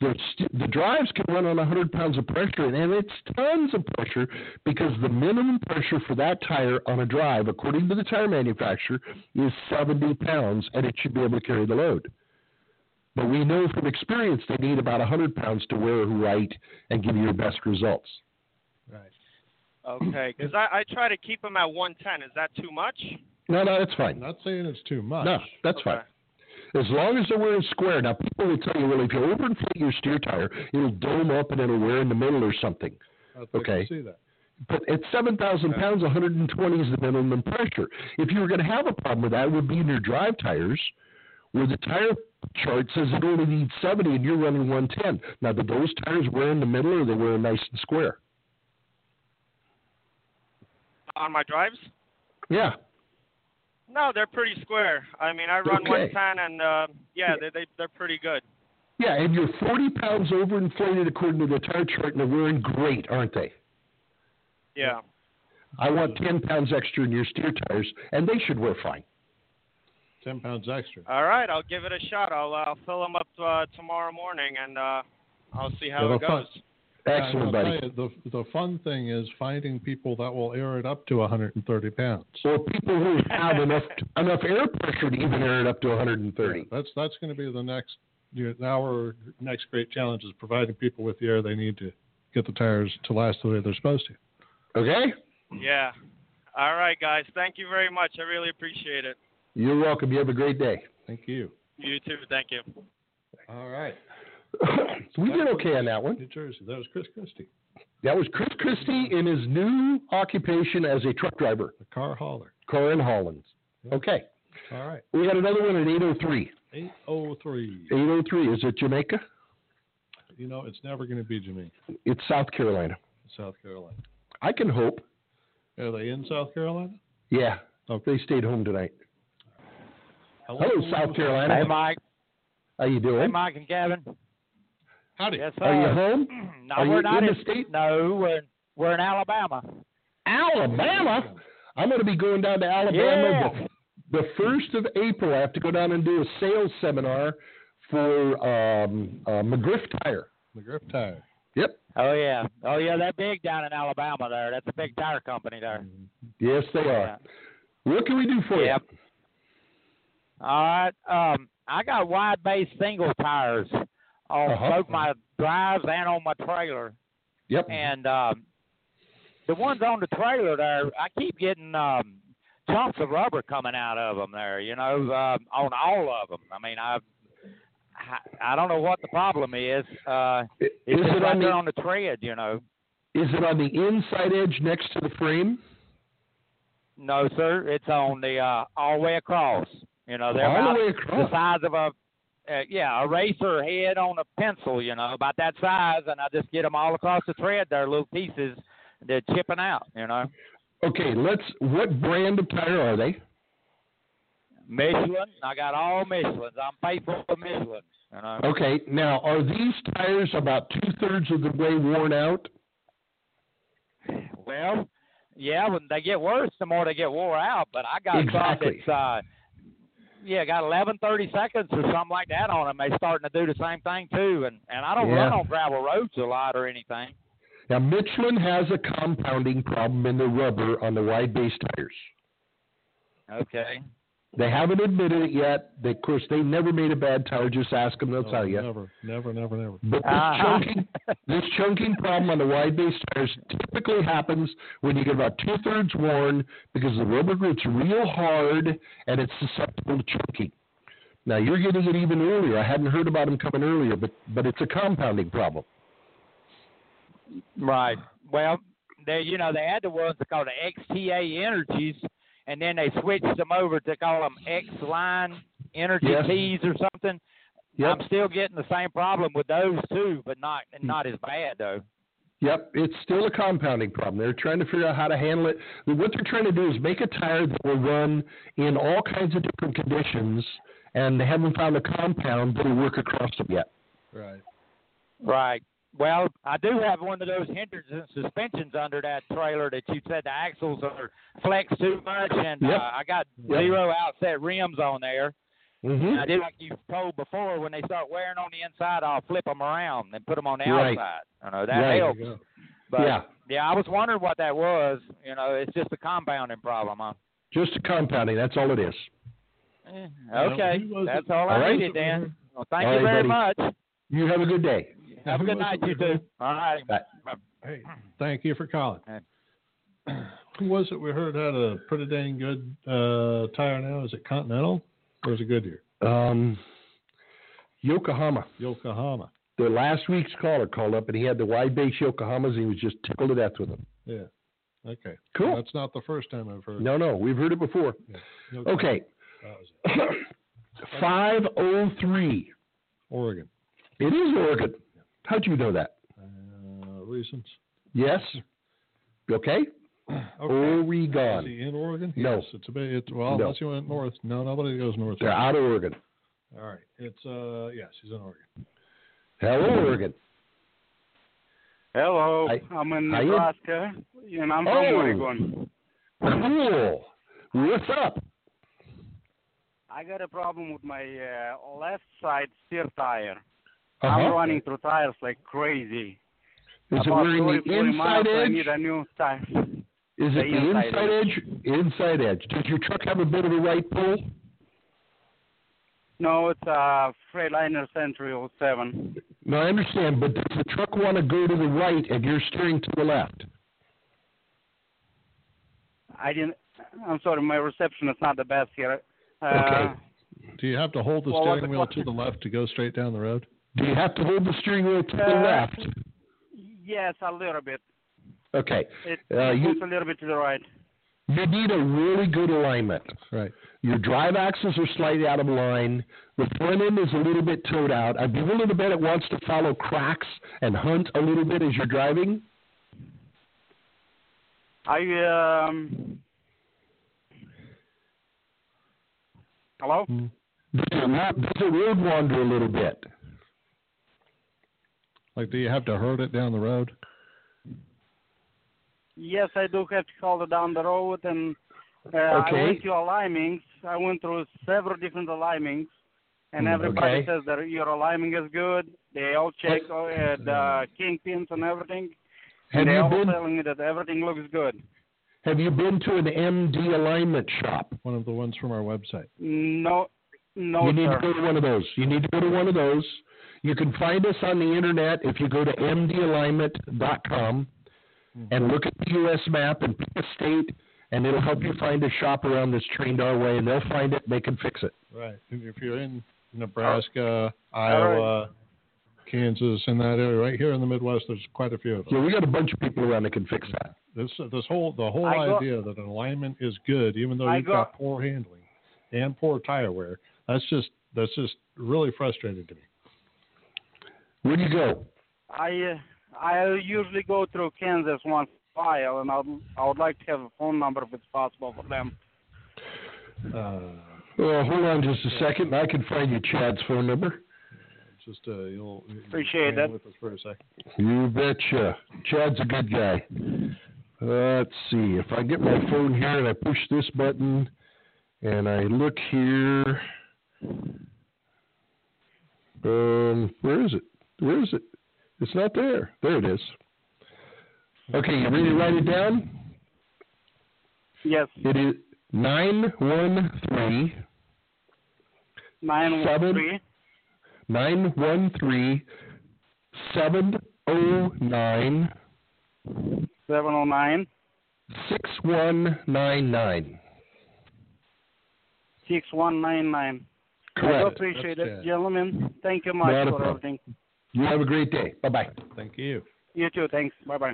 The, st- the drives can run on 100 pounds of pressure, and- and it's tons of pressure because the minimum pressure for that tire on a drive, according to the tire manufacturer, is 70 pounds, and it should be able to carry the load. But we know from experience they need about 100 pounds to wear right and give you your best results. Right. Okay. Because I, I try to keep them at 110. Is that too much? No, no, that's I'm fine. not saying it's too much. No, that's Okay. fine. As long as they're wearing square. Now, people will tell you, well, if you overinflate your steer tire, it'll dome up and it'll wear in the middle or something. I think I Okay. see that. But at 7,000 pounds, 120 is the minimum pressure. If you were going to have a problem with that, it would be in your drive tires, where the tire chart says it only needs 70 and you're running 110. Now, do those tires wear in the middle or they wear nice and square? On my drives? Yeah. No, they're pretty square. I mean, I run Okay. 110, and uh, yeah, they, they they're pretty good. Yeah, and you're 40 pounds overinflated according to the tire chart, and they're wearing great, aren't they? Yeah. I want 10 pounds extra in your steer tires, and they should wear fine. 10 pounds extra. All right. I'll give it a shot. I'll uh, fill them up uh, tomorrow morning, and uh, I'll see how Yeah, it they're fun. goes. Yeah, Excellent, I'll buddy. tell you, the, the fun thing is finding people that will air it up to 130 pounds. Or people who have enough enough air pressure to even air it up to 130. That's that's going to be the next your, our next great challenge is providing people with the air they need to get the tires to last the way they're supposed to. Okay? Yeah. All right, guys. Thank you very much. I really appreciate it. You're welcome. You have a great day. Thank you. You too. Thank you. All right. we did okay on that one. New Jersey. That was Chris Christie, That was Chris Christie in his new occupation as a truck driver, the car hauler. Corin Hollins. Okay. All right. We got another one at 803. 803. 803, is it Jamaica? You know, it's never going to be Jamaica, It's South Carolina. South Carolina. I can hope. Are they in South Carolina? Yeah. Okay. They stayed home tonight. Hello, South Carolina. Hey, Mike. How you doing? Hey, Mike and Kevin. Howdy. Yes, sir. Are you home? No, Are you we're not in in the state? No, we're we're in Alabama. Alabama. I'm going to be going down to Alabama Yeah. the, the first of April. I have to go down and do a sales seminar for um, uh, McGriff Tire. McGriff Tire. Yep. Oh yeah, oh yeah, they're big down in Alabama. There, that's a big tire company there. Yes, they are. What can we do for Yep. All right. Um, I got wide base single tires on Uh-huh. both my drives and on my trailer. you? Yep. And um, the ones on the trailer there, I keep getting um, chunks of rubber coming out of them there. You know, uh, on all of them. I mean, I, I I don't know what the problem is. Uh, I- is it's just it right on there the on the tread. You know. is it on the inside edge next to the frame? No, sir. It's on the uh, all the way across. You know, they're All about the way the across. size of a uh, yeah eraser head on a pencil. You know, about that size, and I just get them all across the tread. They're little pieces. They're chipping out. You know, Okay, let's. What brand of tire are they? Michelin. I got all Michelins. I'm faithful to Michelin. You know. Okay, now are these tires about two thirds of the way worn out? Well, yeah, when they get worse, the more they get wore out. But I got Exactly. some that's uh, yeah, got eleven thirty seconds or something like that on them. They starting to do the same thing too, and and I don't Yeah. run on gravel roads a lot or anything. Now Michelin has a compounding problem in the rubber on the wide base tires. Okay. They haven't admitted it yet. They, of course, they never made a bad tire. Just ask them; they'll No, tell you. Never, never, never, never. But this Uh-huh. chunking, this chunking problem on the wide base tires typically happens when you get about two thirds worn because the rubber gets real hard and it's susceptible to chunking. Now you're getting it even earlier. I hadn't heard about them coming earlier, but but it's a compounding problem. Right. Well, they you know they had the ones that called the XTA Energies, and then they switched them over to call them X Line Energy Yes. Tees or something. Yep. I'm still getting the same problem with those too, but not not as bad though. Yep, it's still a compounding problem. They're trying to figure out how to handle it. What they're trying to do is make a tire that will run in all kinds of different conditions, and they haven't found a compound that will work across them yet. Right. Right. Well, I do have one of those hindrance and suspensions under that trailer that you said the axles are flexed too much, and Yep. uh, I got Yep. zero outset rims on there. Mm-hmm. And I did like you told before. When they start wearing on the inside, I'll flip them around and put them on the Right. outside. You know that Right. There helps. you go. But Yeah. I was wondering what that was. You know, it's just a compounding problem. Huh? Just a compounding. That's all it is. Eh, Well, Okay, he wasn't- that's all I All right. needed, Dan. Well, thank All you right, very buddy. much. You have a good day. Have a good night, you two. All right. Bye. Hey, thank you for calling. Who was it we heard had a pretty dang good uh, tire now? Is it Continental or is it Goodyear? Um, Yokohama. Yokohama. The last week's caller called up and he had the wide base Yokohamas and he was just tickled to death with them. Yeah. Okay. Cool. That's not the first time I've heard. No, no, we've heard it before. Yokohama. Okay. That was it. 503. Oregon. It is Oregon. How'd you know that? Uh, reasons. Yes. Okay. Oh, Okay. Is Oregon. he in Oregon? No. Yes, it's a bit. It's, well, No. unless you went north. No, nobody goes north. They're out of Oregon. All right. It's uh, yes, he's in Oregon. Hello, Oregon. Hello, Hi. I'm in How you- Nebraska, and I'm from Oh. Oregon. Cool. What's up? I got a problem with my uh, left side steer tire. Uh-huh. I'm running through tires like crazy. Is it About wearing 30, the 40 miles, inside I edge? need a new tire. Is The it the inside inside edge? Inside edge. Does your truck have a bit of a right pull? No, it's a Freightliner Century 07. No, I understand, but does the truck want to go to the right and you're steering to the left? I didn't. I'm sorry, my reception is not the best here. Uh, Okay. Do you have to hold the Well, what's steering the wheel to question? the left to go straight down the road? Do you have to hold the steering wheel to the Uh, left? Yes, a little bit. Okay. It Uh, you- moves a little bit to the right. You need a really good alignment. Right. Your drive axles are slightly out of line. The front end is a little bit towed out. I'd be willing to bet it wants to follow cracks and hunt a little bit as you're driving. I um. Hello. Does it wa- does it road wander a little bit? Like, do you have to herd it down the road? Yes, I do have to hold it down the road, and uh, I Okay. went to alignments. I went through several different alignments, and Mm, everybody okay. says that your alignment is good. They all check uh, the kingpins and everything, Have and they you all been- telling me that everything looks good. Have you been to an MD alignment shop? One of the ones from our website. No, no, you need sir. to go to one of those. You need to go to one of those. You can find us on the internet if you go to mdalignment.com Mm-hmm. and look at the U.S. map and pick a state, and it'll help you find a shop around that's trained our way, and they'll find it. and They can fix it. Right. And if you're in Nebraska, Iowa, Kansas, in that area, right here in the Midwest, there's quite a few of them. Yeah, we got a bunch of people around that can fix that. This this whole the whole I go- idea that an alignment is good, even though I you've go- got poor handling and poor tire wear, that's just that's just really frustrating to me. Where do you go? I uh, I usually go through Kansas once in a while, and I would I would like to have a phone number if it's possible for them. Uh, Well, hold on just a second. and I can find you Chad's phone number. Just uh, you'll you'll Appreciate hang it. With us for a second. You betcha. Chad's a good guy. Let's see. If I get my phone here and I push this button and I look here. Um, where is it? Where is it? It's not there. There it is. Okay, you ready to write it down? Yes, It is 913 nine one Seven. three 913 709 seven zero nine 6199. six one nine nine. I do Correct. appreciate That's it, it. gentlemen. Thank you much Not a for problem. everything. You have a great day. Bye bye. Thank you. You too. Thanks. Bye bye.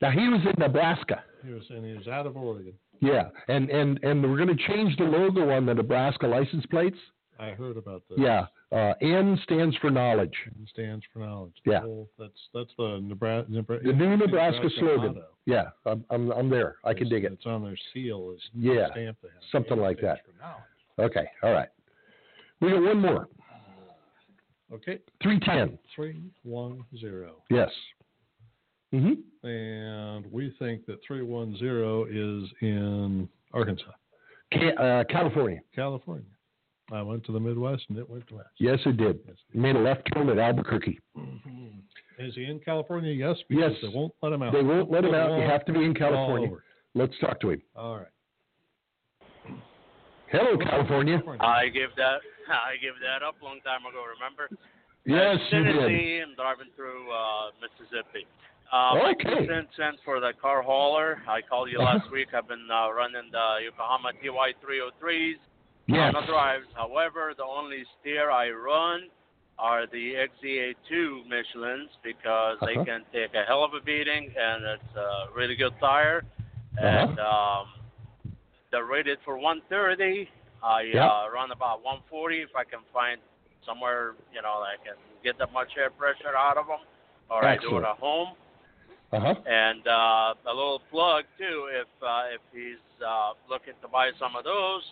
Now he was in Nebraska. He was and he was out of Oregon. Yeah, and and and we're going to change the logo on the Nebraska license plates. I heard about this. Yeah, uh, N stands for knowledge. It stands for knowledge. Yeah. Well, that's that's the Nebraska. Nebra- The new Nebraska, slogan. motto. Yeah, I'm I'm, I'm there. I can dig it. It's on their seal. Is Yeah, Stamp they have. something like that. For knowledge. Okay, all right. We got one more. Okay. Three ten. Three one zero. Yes. hmm and we think that 310 is in Arkansas, Ca- uh, California. California. I went to the Midwest and it went west. Yes, it did. It made a left turn at Albuquerque. Is he in California? Yes, because Yes. they won't let him out. Oh. They won't let him out. You All have to be in California. over. Let's talk to him. All right. Hello, California. I gave that I gave that up long time ago. Remember? Yes, you did. Tennessee and driving through uh, Mississippi. Uh, my Okay. Uh-huh. two cents sent for the car hauler. I called you last week. I've been uh, running the Yokohama TY 303s Yes. on the drives. However, the only steer I run are the XEA2 Michelins because Uh-huh. they can take a hell of a beating and it's a really good tire. Uh-huh. And um, they're rated for 130. I Yeah. uh, run about 140 if I can find somewhere, you know, that I can get that much air pressure out of them, or I do Excellent. it at home. Uh huh. And uh, a little plug too, if uh, if he's uh, looking to buy some of those,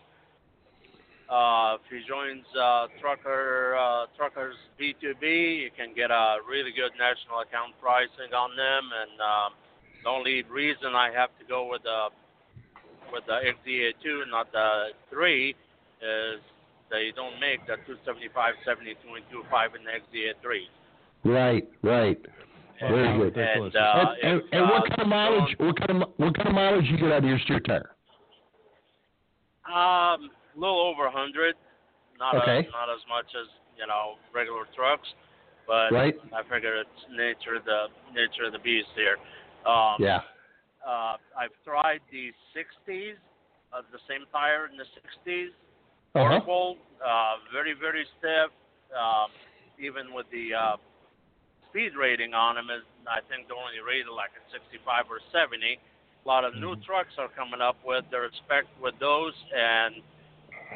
uh, if he joins uh, Trucker uh, Truckers B2B, you can get a really good national account pricing on them. And um, the only reason I have to go with the with the XDA two, not the three, is they don't make the 275, 72, and 25 in the XDA three. Right, right. Very good. And, uh, and, if, and what uh, kind of mileage? What kind of what kind of mileage you get out of your steer tire? Um, a little over a hundred. Not Okay. a, not as much as you know regular trucks, but Right. I figure it's nature of the nature of the beast here. Um, yeah. uh, I've tried the 60s uh, the same tire in the 60s. Uh-huh. Horrible, uh, very, very stiff. Um, even with the uh, speed rating on them, is I think they're only rated like a 65 or 70. A lot of new trucks are coming up with their spec with those, and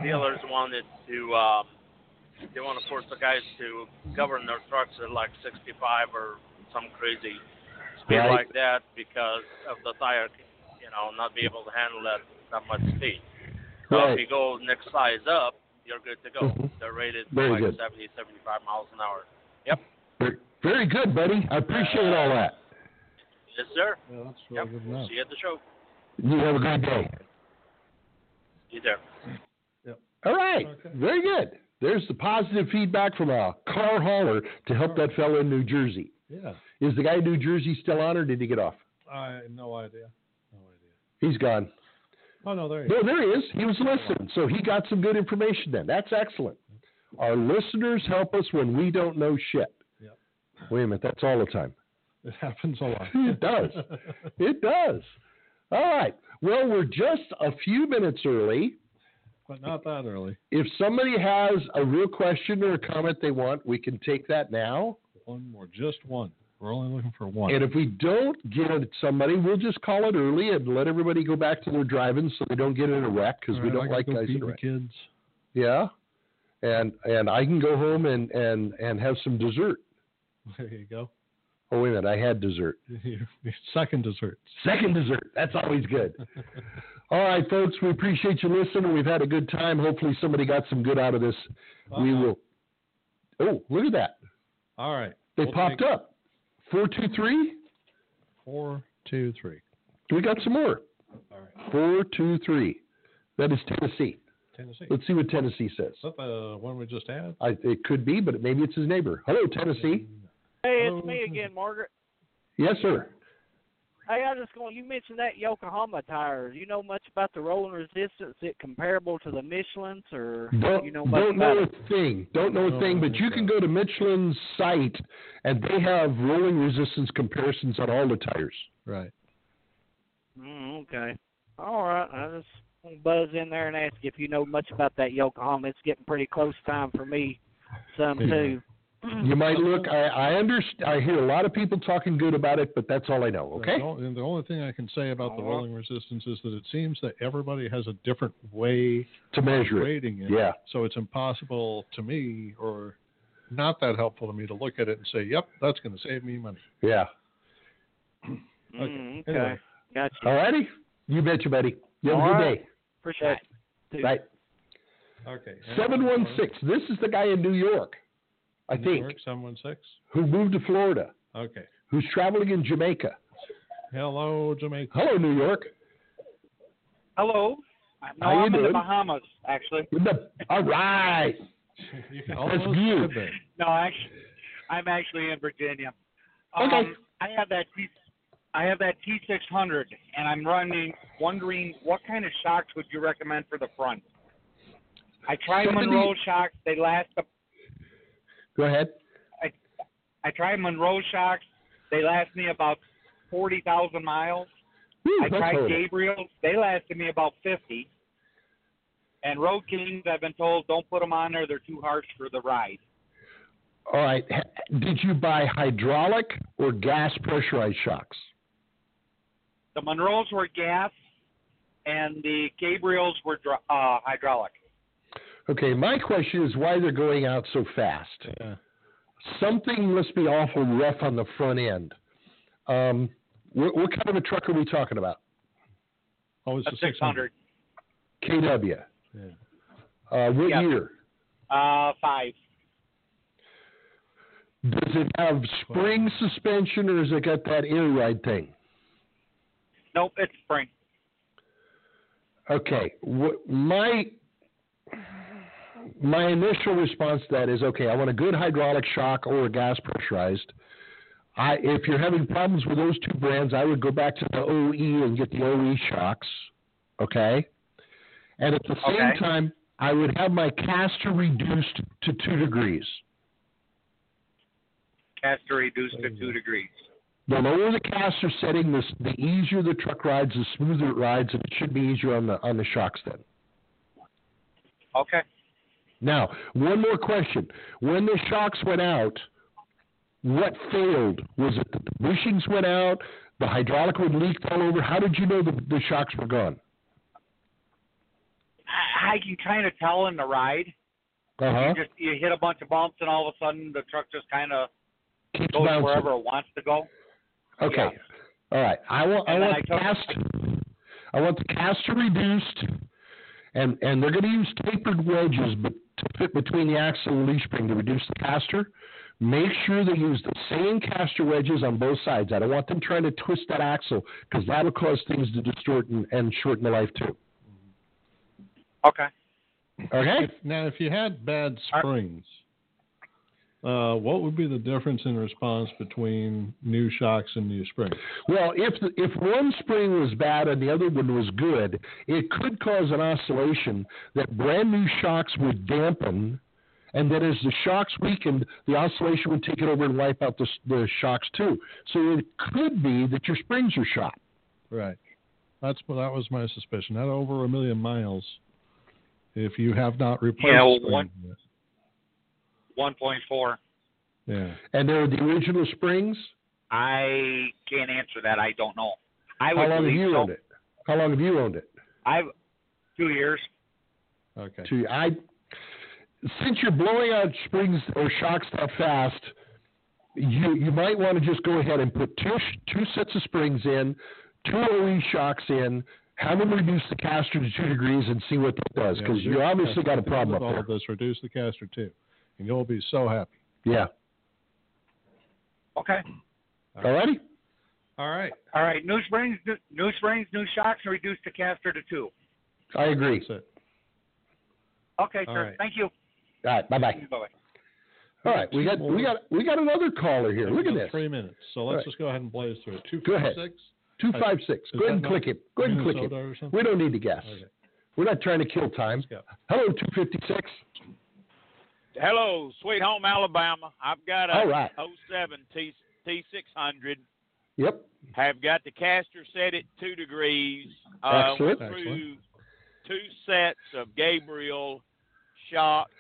dealers wanted to um, they want to force the guys to govern their trucks at like 65 or some crazy speed Right. like that because of the tire, you know, not be able to handle that that much speed. So Right. if you go next size up, you're good to go. Mhm. They're rated Very like good. 70, 75 miles an hour. Very- Very good, buddy. I appreciate all that. Yes, sir. that's really yep. enough. See you at the show. You have a good day. You there. All right. Very good. There's the positive feedback from a car hauler to help that fellow in New Jersey. Yeah. Is the guy in New Jersey still on or did he get off? I no idea. He's gone. Oh no, there you No, go. there he is. He was listening. So he got some good information then. That's excellent. Our listeners help us when we don't know shit. Yep. Wait a minute. That's all the time. It happens a lot. It does. It does. All right. Well, we're just a few minutes early. but not that early. If somebody has a real question or a comment they want, we can take that now. One more, just one. We're only looking for one. And if we don't get it somebody, we'll just call it early and let everybody go back to their driving so they don't get in a wreck because All we right, I don't gotta like go guys feed in the a wreck. kids. Yeah. And and I can go home and and and have some dessert. There you go. Oh wait a minute, I had dessert. Second dessert. Second dessert. That's always good. All right, folks, we appreciate you listening. We've had a good time. Hopefully somebody got some good out of this. We Uh-huh. will Oh, look at that. All right. They We'll popped take up. Four two three. Four, two, three. We got some more. All right. Four two three. That is Tennessee. Tennessee. Let's see what Tennessee says. Is that the one we just had? I, it could be, but maybe it's his neighbor. Hello, Tennessee. Hey, it's me Oh. again, Margaret. Yes, sir. Hey, I just going. You mentioned that Yokohama tire. You know much about the rolling resistance? It comparable to the Michelin's, or Don't, you know much don't about know it? a thing. Don't know a No, thing, no, but you can go to Michelin's site and they have rolling resistance comparisons on all the tires. Right. Mm, okay. All right. I just wanna buzz in there and ask if you know much about that Yokohama. It's getting pretty close time for me, some Yeah. too. Mm-hmm. You might look. I, I understand. I hear a lot of people talking good about it, but that's all I know. The Okay. ol- and the only thing I can say about the All right. rolling resistance is that it seems that everybody has a different way To measure of it. rating it. Yeah. So it's impossible to me, or not that helpful to me, to look at it and say, "Yep, that's going to save me money." Yeah. Mm, okay. Anyway. Gotcha. All righty. You betcha, buddy. You have All a good right. day. Appreciate it. Right. Okay. Seven one six. This is the guy in New York, I New think, York, seven one six. who moved to Florida, Okay. who's traveling in Jamaica. Hello, Jamaica. Hello, New York. Hello. No, How you I'm in the doing? Bahamas, actually. In the- all right. You can That's almost you. get there. No, actually, I'm actually in Virginia. Um, Okay. I have that T, I have that T600, and I'm running wondering what kind of shocks would you recommend for the front. I tried Somebody- Monroe shocks. They last. Go ahead. I, I tried Monroe shocks. They last me about forty thousand miles. Whew, I that's tried horrible. Gabriels. They lasted me about 50. And Road Kings, I've been told, don't put them on there. They're too harsh for the ride. All right. H- Did you buy hydraulic or gas pressurized shocks? The Monroes were gas, and the Gabriels were dr- uh, hydraulic. Okay, my question is why they're going out so fast. Yeah. Something must be awful rough on the front end. Um, what, what kind of a truck are we talking about? Oh, it's A the 600. KW. Yeah. Uh, what Yeah. year? Uh, five. Does it have spring suspension or has it got that air ride thing? Nope, it's spring. Okay. What my my initial response to that is okay. I want a good hydraulic shock or a gas pressurized. I if you're having problems with those two brands, I would go back to the OE and get the OE shocks. Okay. And at the same Okay. time, I would have my caster reduced to two degrees. Caster reduced to two degrees. the lower the caster setting, the, the easier the truck rides, the smoother it rides, and it should be easier on the on the shocks then. Okay. Now, one more question. When the shocks went out, what failed? Was it that the bushings went out? The hydraulic would leaked all over? How did you know the, the shocks were gone? I I can kind of tell in the ride. Uh-huh. You just you hit a bunch of bumps, and all of a sudden the truck just kind of goes bouncing. wherever it wants to go. Okay. All right. I want I And then want I the took- cast I want the caster reduced and and they're going to use tapered wedges but to fit between the axle and leaf spring to reduce the caster. Make sure they use the same caster wedges on both sides. I don't want them trying to twist that axle because that'll cause things to distort and, and shorten the life too. Okay. Okay. If, now, if you had bad springs, uh, what would be the difference in response between new shocks and new springs? Well, if the, if one spring was bad and the other one was good, it could cause an oscillation that brand new shocks would dampen, and then as the shocks weakened, the oscillation would take it over and wipe out the, s- the shocks too. So it could be that your springs are shot. Right. That's what that was my suspicion. At over a million miles, if you have not replaced Yeah, well, springs one- yet. One point four. yeah. And there were the original springs. I can't answer that. I don't know. I How would long have believe you so. owned it? How long have you owned it? I've two years. Okay. To I, since you're blowing out springs or shocks that fast, you you might want to just go ahead and put two sh- two sets of springs in, two OE shocks in, have them reduce the caster to two degrees, and see what that does Yeah, because reduce you the obviously caster. got a If you problem did up all there. of this, reduce the caster too, and you'll be so happy. Yeah. Okay. All righty. All right. All right. New springs, new, new springs, new shocks, and reduce the caster to two. I agree. That's it. Okay, All sir. right. Thank you. All right. Bye bye. Bye. All right. We got we got we got another caller here. Look at About this. Three minutes. So let's Right. just go ahead and blaze through it. Two, Go five, ahead. six? Two Uh, five six. is Go ahead and that click not it. Go ahead and click Minnesota or it. something? We don't need to guess. Okay. We're not trying to kill time. Hello, two fifty six. Hello, Sweet Home Alabama. I've got All a right. oh seven T T six hundred. Yep. Have got the caster set at two degrees. Uh, Excellent. went through Excellent. two sets of Gabriel shocks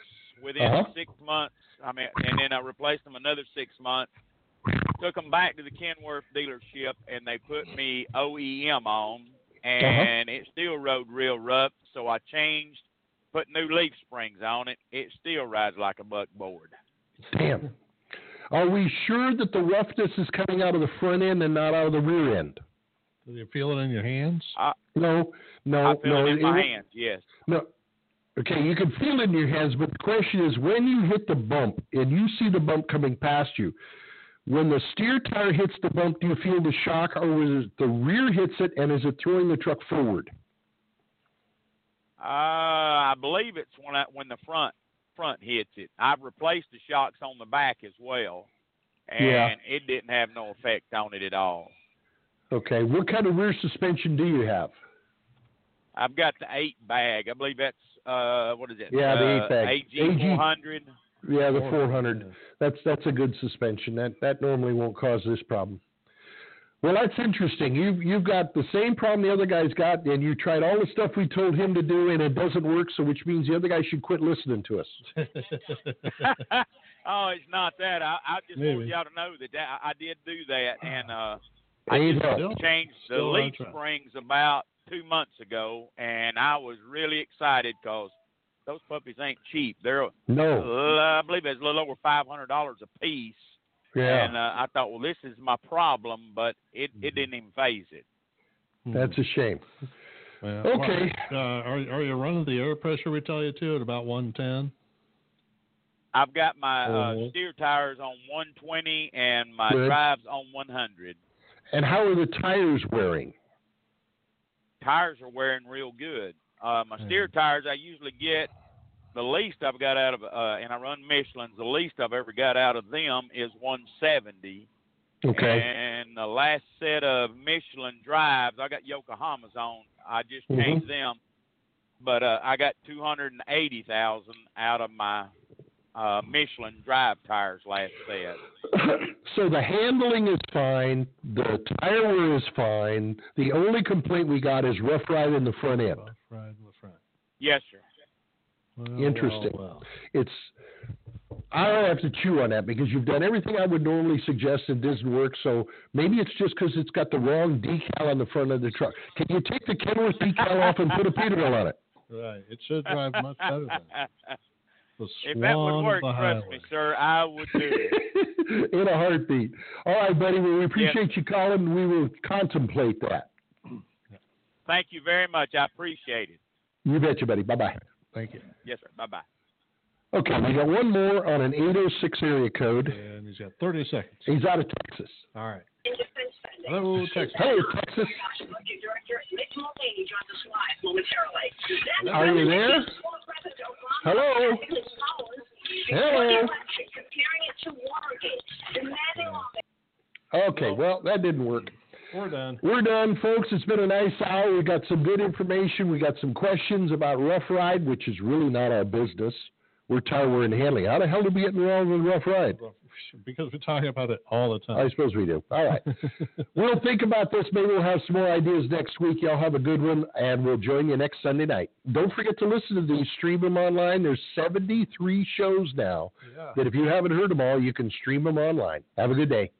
within Uh-huh. six months. I mean, and then I replaced them another six months. Took them back to the Kenworth dealership, and they put me OEM on, Uh-huh. and it still rode real rough. So I changed, put new leaf springs on it. It still rides like a buckboard. Damn. Are we sure that the roughness is coming out of the front end and not out of the rear end? Do you feel it in your hands? No, no, I feel no. it in it- my hands. Yes. No. Okay, you can feel it in your hands, but the question is when you hit the bump and you see the bump coming past you, when the steer tire hits the bump, do you feel the shock or is it the rear hits it and is it throwing the truck forward? Uh, I believe it's when I, when the front front hits it. I've replaced the shocks on the back as well, and Yeah. it didn't have no effect on it at all. Okay, what kind of rear suspension do you have? I've got the eight bag. I believe that's uh what is it? Yeah, the eight Uh, bag. AG. AG four hundred. Yeah, the Four. 400. That's that's a good suspension. That that normally won't cause this problem. Well, that's interesting. You've you've got the same problem the other guy's got, and you tried all the stuff we told him to do, and it doesn't work. So, which means the other guy should quit listening to us. oh, it's not that. I, I just want Maybe. y'all to know that, that I I did do that, and uh, I need just help. changed the Still leaf on track. springs about two months ago, and I was really excited because those puppies ain't cheap. They're No. uh, I believe it's a little over five hundred dollars a piece. Yeah. Mm-hmm. And uh, I thought, well, this is my problem, but it it didn't even phase it. That's a shame. Yeah. Okay. Uh, are, are you running the air pressure retailer too at about 110? I've got my uh, Uh-huh. steer tires on 120 and my Good. drives on 100. And how are the tires wearing? tires are wearing real good. Uh, Mm. my steer tires, I usually get the least I've got out of, uh, and I run Michelin's. The least I've ever got out of them is 170. Okay. And the last set of Michelin drives, I got Yokohamas on. I just Mm-hmm. changed them, but uh, I got 280,000 out of my uh, Michelin drive tires last set. so the handling is fine. The tire wear is fine. The only complaint we got is rough ride in the front end. Yes, sir. Interesting. It's I don't have to chew on that because you've done everything I would normally suggest and doesn't work. So maybe it's just because it's got the wrong decal on the front of the truck. Can you take the Kenworth decal off and put a Peterbilt on it? Right. It should drive much better than the If that would Swan work, of the trust me, sir, I would do it. In a heartbeat. All right, buddy. Well, we appreciate you calling. We will contemplate that. Thank you very much. I appreciate it. You betcha, buddy. Bye bye. Thank you. Yes, sir. Bye bye. Okay, we got one more on an 806 area code. And he's got 30 seconds. He's out of Texas. All right. Hello, Texas. Hey, Texas. Are you there? Hello? Hello? Okay, well, that didn't work. We're done. We're done, folks. It's been a nice hour. We got some good information. We got some questions about Rough Ride, which is really not our business. We're tired. We're in Hanley. How the hell did we get wrong with Rough Ride? Because we talk about it all the time. I suppose we do. All right. we'll think about this. Maybe we'll have some more ideas next week. Y'all have a good one, and we'll join you next Sunday night. Don't forget to listen to these. Stream them online. There's 73 shows now Yeah. that if you haven't heard them all, you can stream them online. Have a good day.